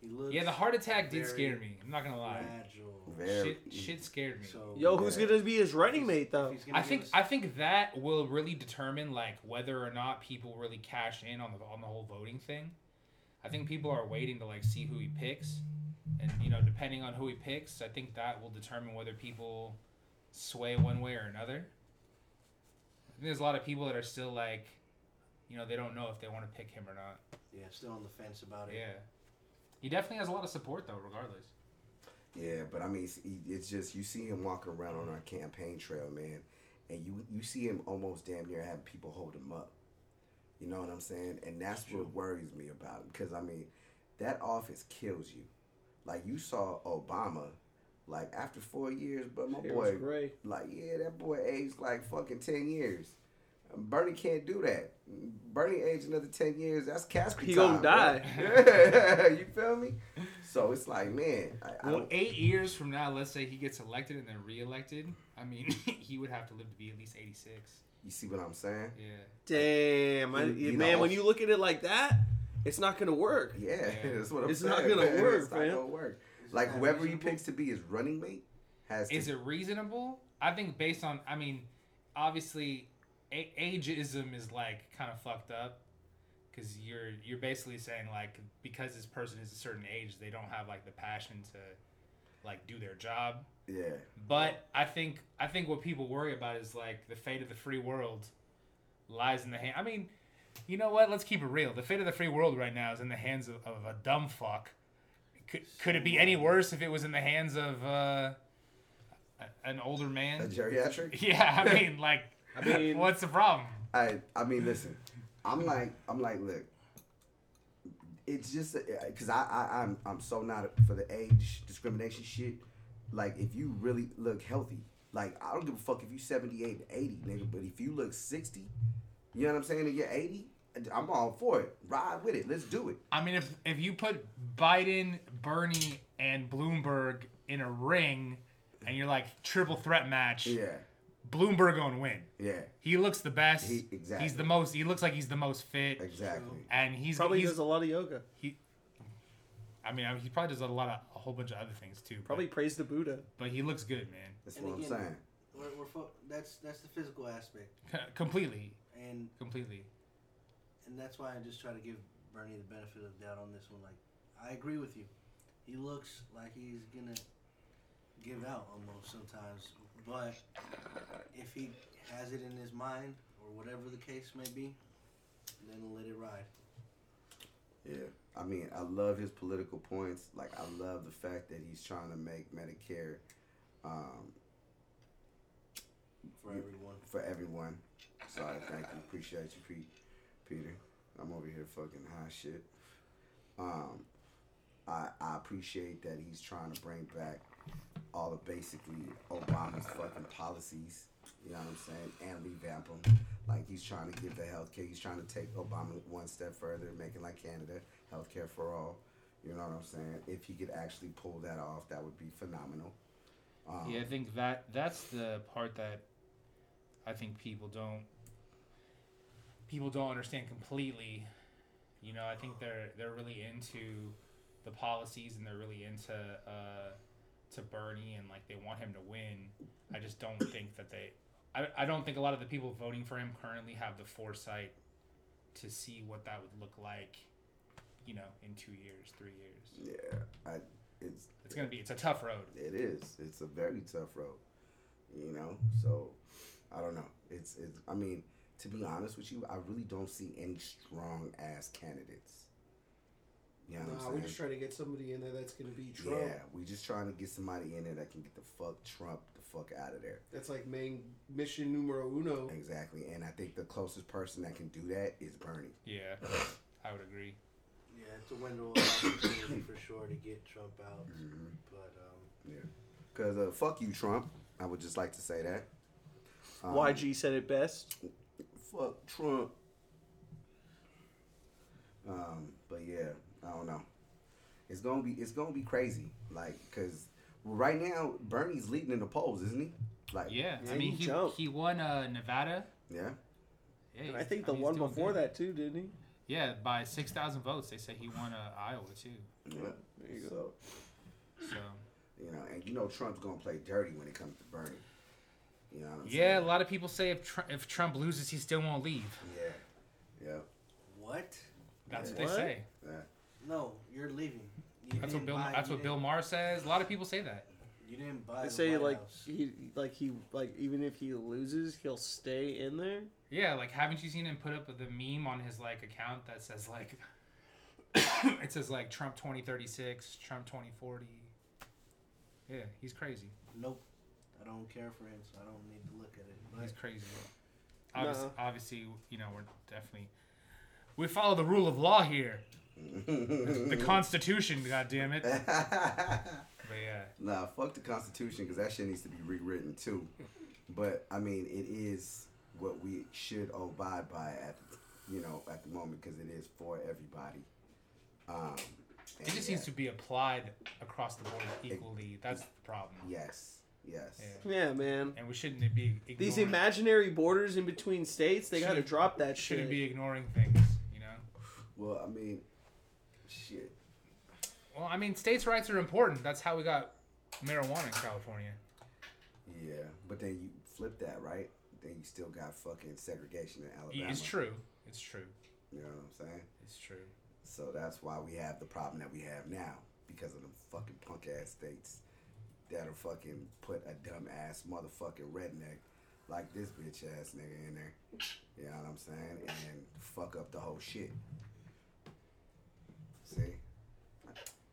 He looks
Yeah, the heart attack did
very
scare me. I'm not gonna lie.
fragile.
Very.
Shit, shit scared me.
So
yo, who's
Yeah.
gonna be his running mate though?
if he's gonna
I
give
think
us-
I think that will really determine like whether or not people really cash in on the on the whole voting thing. I think people are waiting to like see who he picks, and you know, depending on who he picks, I think that will determine whether people sway one way or another. I think there's a lot of people that are still like, you know, they don't know if they want to pick him or not.
yeah, still on the fence about it.
Yeah, he definitely has a lot of support though, regardless.
Yeah, but I mean, it's, e, it's just you see him walking around on our campaign trail, man, and you you see him almost damn near having people hold him up. You know what I'm saying? And that's what worries me about him because I mean, that office kills you. Like you saw Obama, like after four years, but my
Hair was
boy,
gray.
like yeah, that boy aged like fucking ten years. Bernie can't do that. Bernie aged another ten years. That's casket
He
time,
gonna die.
bruh. [laughs] Yeah, you feel me? So it's like, man, I, I
Well,
don't.
eight years from now, let's say he gets elected and then reelected. I mean, [laughs] he would have to live to be at least 86.
You see what I'm saying?
Yeah.
Damn, I,
You- you
man,
know-
when you look at it like that, it's not gonna work.
Yeah,
Yeah.
[laughs] that's what I'm
It's
saying.
not gonna
man.
work,
It's not
fam.
gonna work. Like
that
whoever he
reasonable?
picks to be his running mate has
Is
to.
it reasonable? I think based on, I mean, obviously, a- ageism is like kind of fucked up because you're you're basically saying like because this person is a certain age, they don't have like the passion to like do their job.
yeah,
But I think I think what people worry about is like the fate of the free world lies in the hand. I mean, you know what? Let's keep it real. The fate of the free world right now is in the hands of, of a dumb fuck. Could, could it be any worse if it was in the hands of uh, a- an older
a
man? [laughs]
geriatric.
Yeah, I mean, like,
I
[laughs]
mean-
what's the problem?
I I mean, listen, I'm like I'm like, look, it's just because I, I I'm I'm so not for the age discrimination shit. Like if you really look healthy, like I don't give a fuck if you 78 and 80, nigga, but if you look 60, you know what I'm saying, and you're 80, I'm all for it. Ride with it. Let's do it.
I mean, if if you put Biden, Bernie, and Bloomberg in a ring, and you're like triple threat match,
Yeah,
Bloomberg gonna win.
yeah,
He looks the best.
He- exactly.
He's the most. He looks like he's the most fit,
exactly.
and he's
Probably
he's,
does a lot of yoga.
he. I mean, I- he probably does a lot of a whole bunch of other things too. but-
Probably praise the Buddha.
but, he looks good, man. [laughs]
That's
And
what I'm
again-
saying.
We're, we're fo- that's that's the physical aspect,
completely,
and
completely.
and that's why I just try to give Bernie the benefit of the doubt on this one. Like, I agree with you. He looks like he's gonna give out almost sometimes, but if he has it in his mind or whatever the case may be, then let it ride.
Yeah. I mean, I love his political points. Like, I love the fact that he's trying to make Medicare um,
for everyone.
for everyone. Sorry, thank you. Appreciate you, Pete, Peter. I'm over here fucking high shit. Um, I, I appreciate that he's trying to bring back all of basically Obama's fucking policies. You know what I'm saying? And revamp them. Like he's trying to give the health care. He's trying to take Obama one step further, making like Canada healthcare for all. You know what I'm saying? If he could actually pull that off, that would be phenomenal. Um,
Yeah, I think that that's the part that I think people don't people don't understand completely. You know, I think they're they're really into the policies and they're really into uh, to Bernie and like they want him to win. I just don't think that they. I, I don't think a lot of the people voting for him currently have the foresight to see what that would look like, you know, in two years, three years.
Yeah, I, it's
It's gonna be it's a tough road.
It is. It's a very tough road. You know, so I don't know. It's it's. I mean, to be honest with you, I really don't see any strong ass candidates. You know
Nah,
what I'm
we're
saying?
just trying to get somebody in there that's gonna be Trump.
yeah, we just trying to get somebody in there that can get the fuck Trump the fuck out of there.
That's like main mission numero uno.
Exactly, and I think the closest person that can do that is Bernie.
Yeah, I would agree.
Yeah, it's a window of opportunity for sure to get Trump out. But um,
Cause uh, fuck you, Trump. I would just like to say that. Um,
YG said it best.
fuck Trump. Um, but yeah, I don't know. It's gonna be it's gonna be crazy, like because right now Bernie's leading in the polls, isn't he? Like
Yeah,
Yeah,
I mean
you
he,
joke.
he won uh, Nevada.
yeah,
Yeah,
And I
he's-
think the
mean, he's
one
doing
before
good.
that too, didn't he?
Yeah, by six thousand votes, they say he won uh, Iowa too.
yeah.
There you go.
So
So
you know, and you know Trump's gonna play dirty when it comes to Bernie. You know what I'm
yeah, a
saying?
lot of people say if Trump, if Trump loses, he still won't leave.
Yeah, yeah,
what?
That's what,
What?
they say.
yeah.
No, you're leaving. You
That's
didn't
what Bill.
buy-
That's
you
what Bill
didn't-
Maher says. A lot of people say that.
You didn't buy.
They
the
say
White
like
House.
he like he like even if he loses, he'll stay in there.
Yeah, like haven't you seen him put up the meme on his like account that says like [coughs] it says like Trump twenty thirty six, Trump twenty forty. Yeah, he's crazy.
Nope. I don't care for him, so I don't need to look at it. But
He's crazy. Obviously,
No.
obviously, you know we're definitely we follow the rule of law
[laughs]
here, the Constitution. God damn it. But [laughs]
[laughs]
yeah,
Nah, fuck the Constitution because that shit needs to be rewritten too. But I mean, it is what we should abide by at you know at the moment because it is for everybody. Um,
it just needs to be applied across the board equally. That's the problem.
Yes, yes.
Yeah.
Yeah, man.
And we shouldn't be ignoring,
These imaginary borders in between states, they got to
Shouldn't-
drop that shit.
shouldn't be ignoring things. You know.
Well, I mean, shit.
Well, I mean, states' rights are important. That's how we got marijuana in California.
Yeah, but then you flip that right. Then you still got fucking segregation in Alabama.
It's true. It's true.
You know what I'm saying?
It's true.
So that's why we have the problem that we have now because of them fucking punk ass states that are fucking put a dumb ass motherfucking redneck like this bitch ass nigga in there. You know what I'm saying? And fuck up the whole shit. See?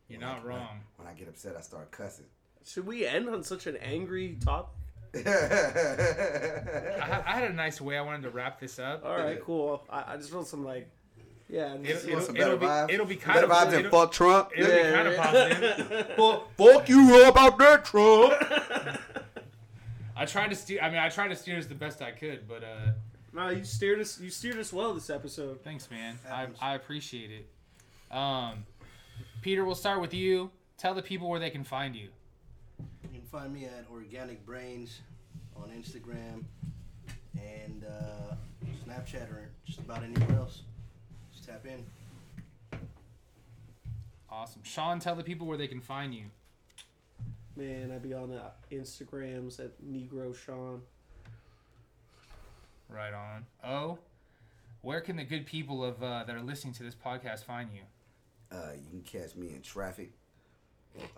You're
When I-
not wrong.
When I get upset, I
[laughs]
start cussing.
Should we end on such an angry top?
I, ha- I had a nice way I wanted to wrap this up.
Oh,
All right, cool. I, I just want some like, yeah.
It-
Just,
it-
Want some
it'll
better
be-
vibes?
it'll be
Some
kind
better
of-
vibes than
it'll-
fuck Trump.
It'll be kind of positive.
well,
Fuck you about that Trump.
I tried to steer. I mean, I tried to steer as the best I could, but uh,
no, you steered us. You steered us well this episode.
thanks, man. I, I appreciate it. Um, Peter, we'll start with you. Tell the people where they can find you.
You can find me at Organic Brains on Instagram and uh, Snapchat or just about anywhere else. Just tap in.
Awesome, Sean. Tell the people where they can find you.
Man, I'd be on the Instagrams at Negro Sean.
Right on. Oh, where can the good people of uh, that are listening to this podcast find you?
Uh, you can catch me in traffic.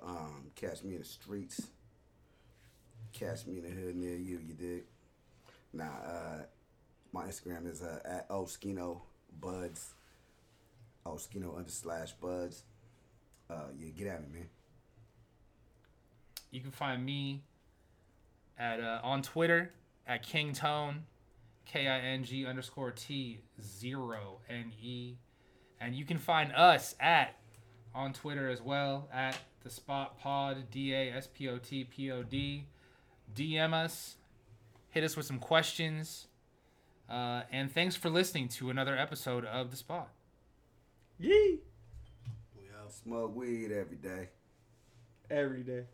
Um, catch me in the streets. Catch me in the hood near you. You dig? Nah. Uh, my Instagram is uh, at Oskino Buds. Oskino under slash Buds. Uh, yeah, get at me, man.
You can find me at uh, on Twitter at King Tone, K I N G underscore T zero N E, and you can find us at on Twitter as well at the Spot Pod D A S P O T P O D. DM us, hit us with some questions, uh, and thanks for listening to another episode of the Spot.
Yee!
We out.
Smug weed every day.
Every day.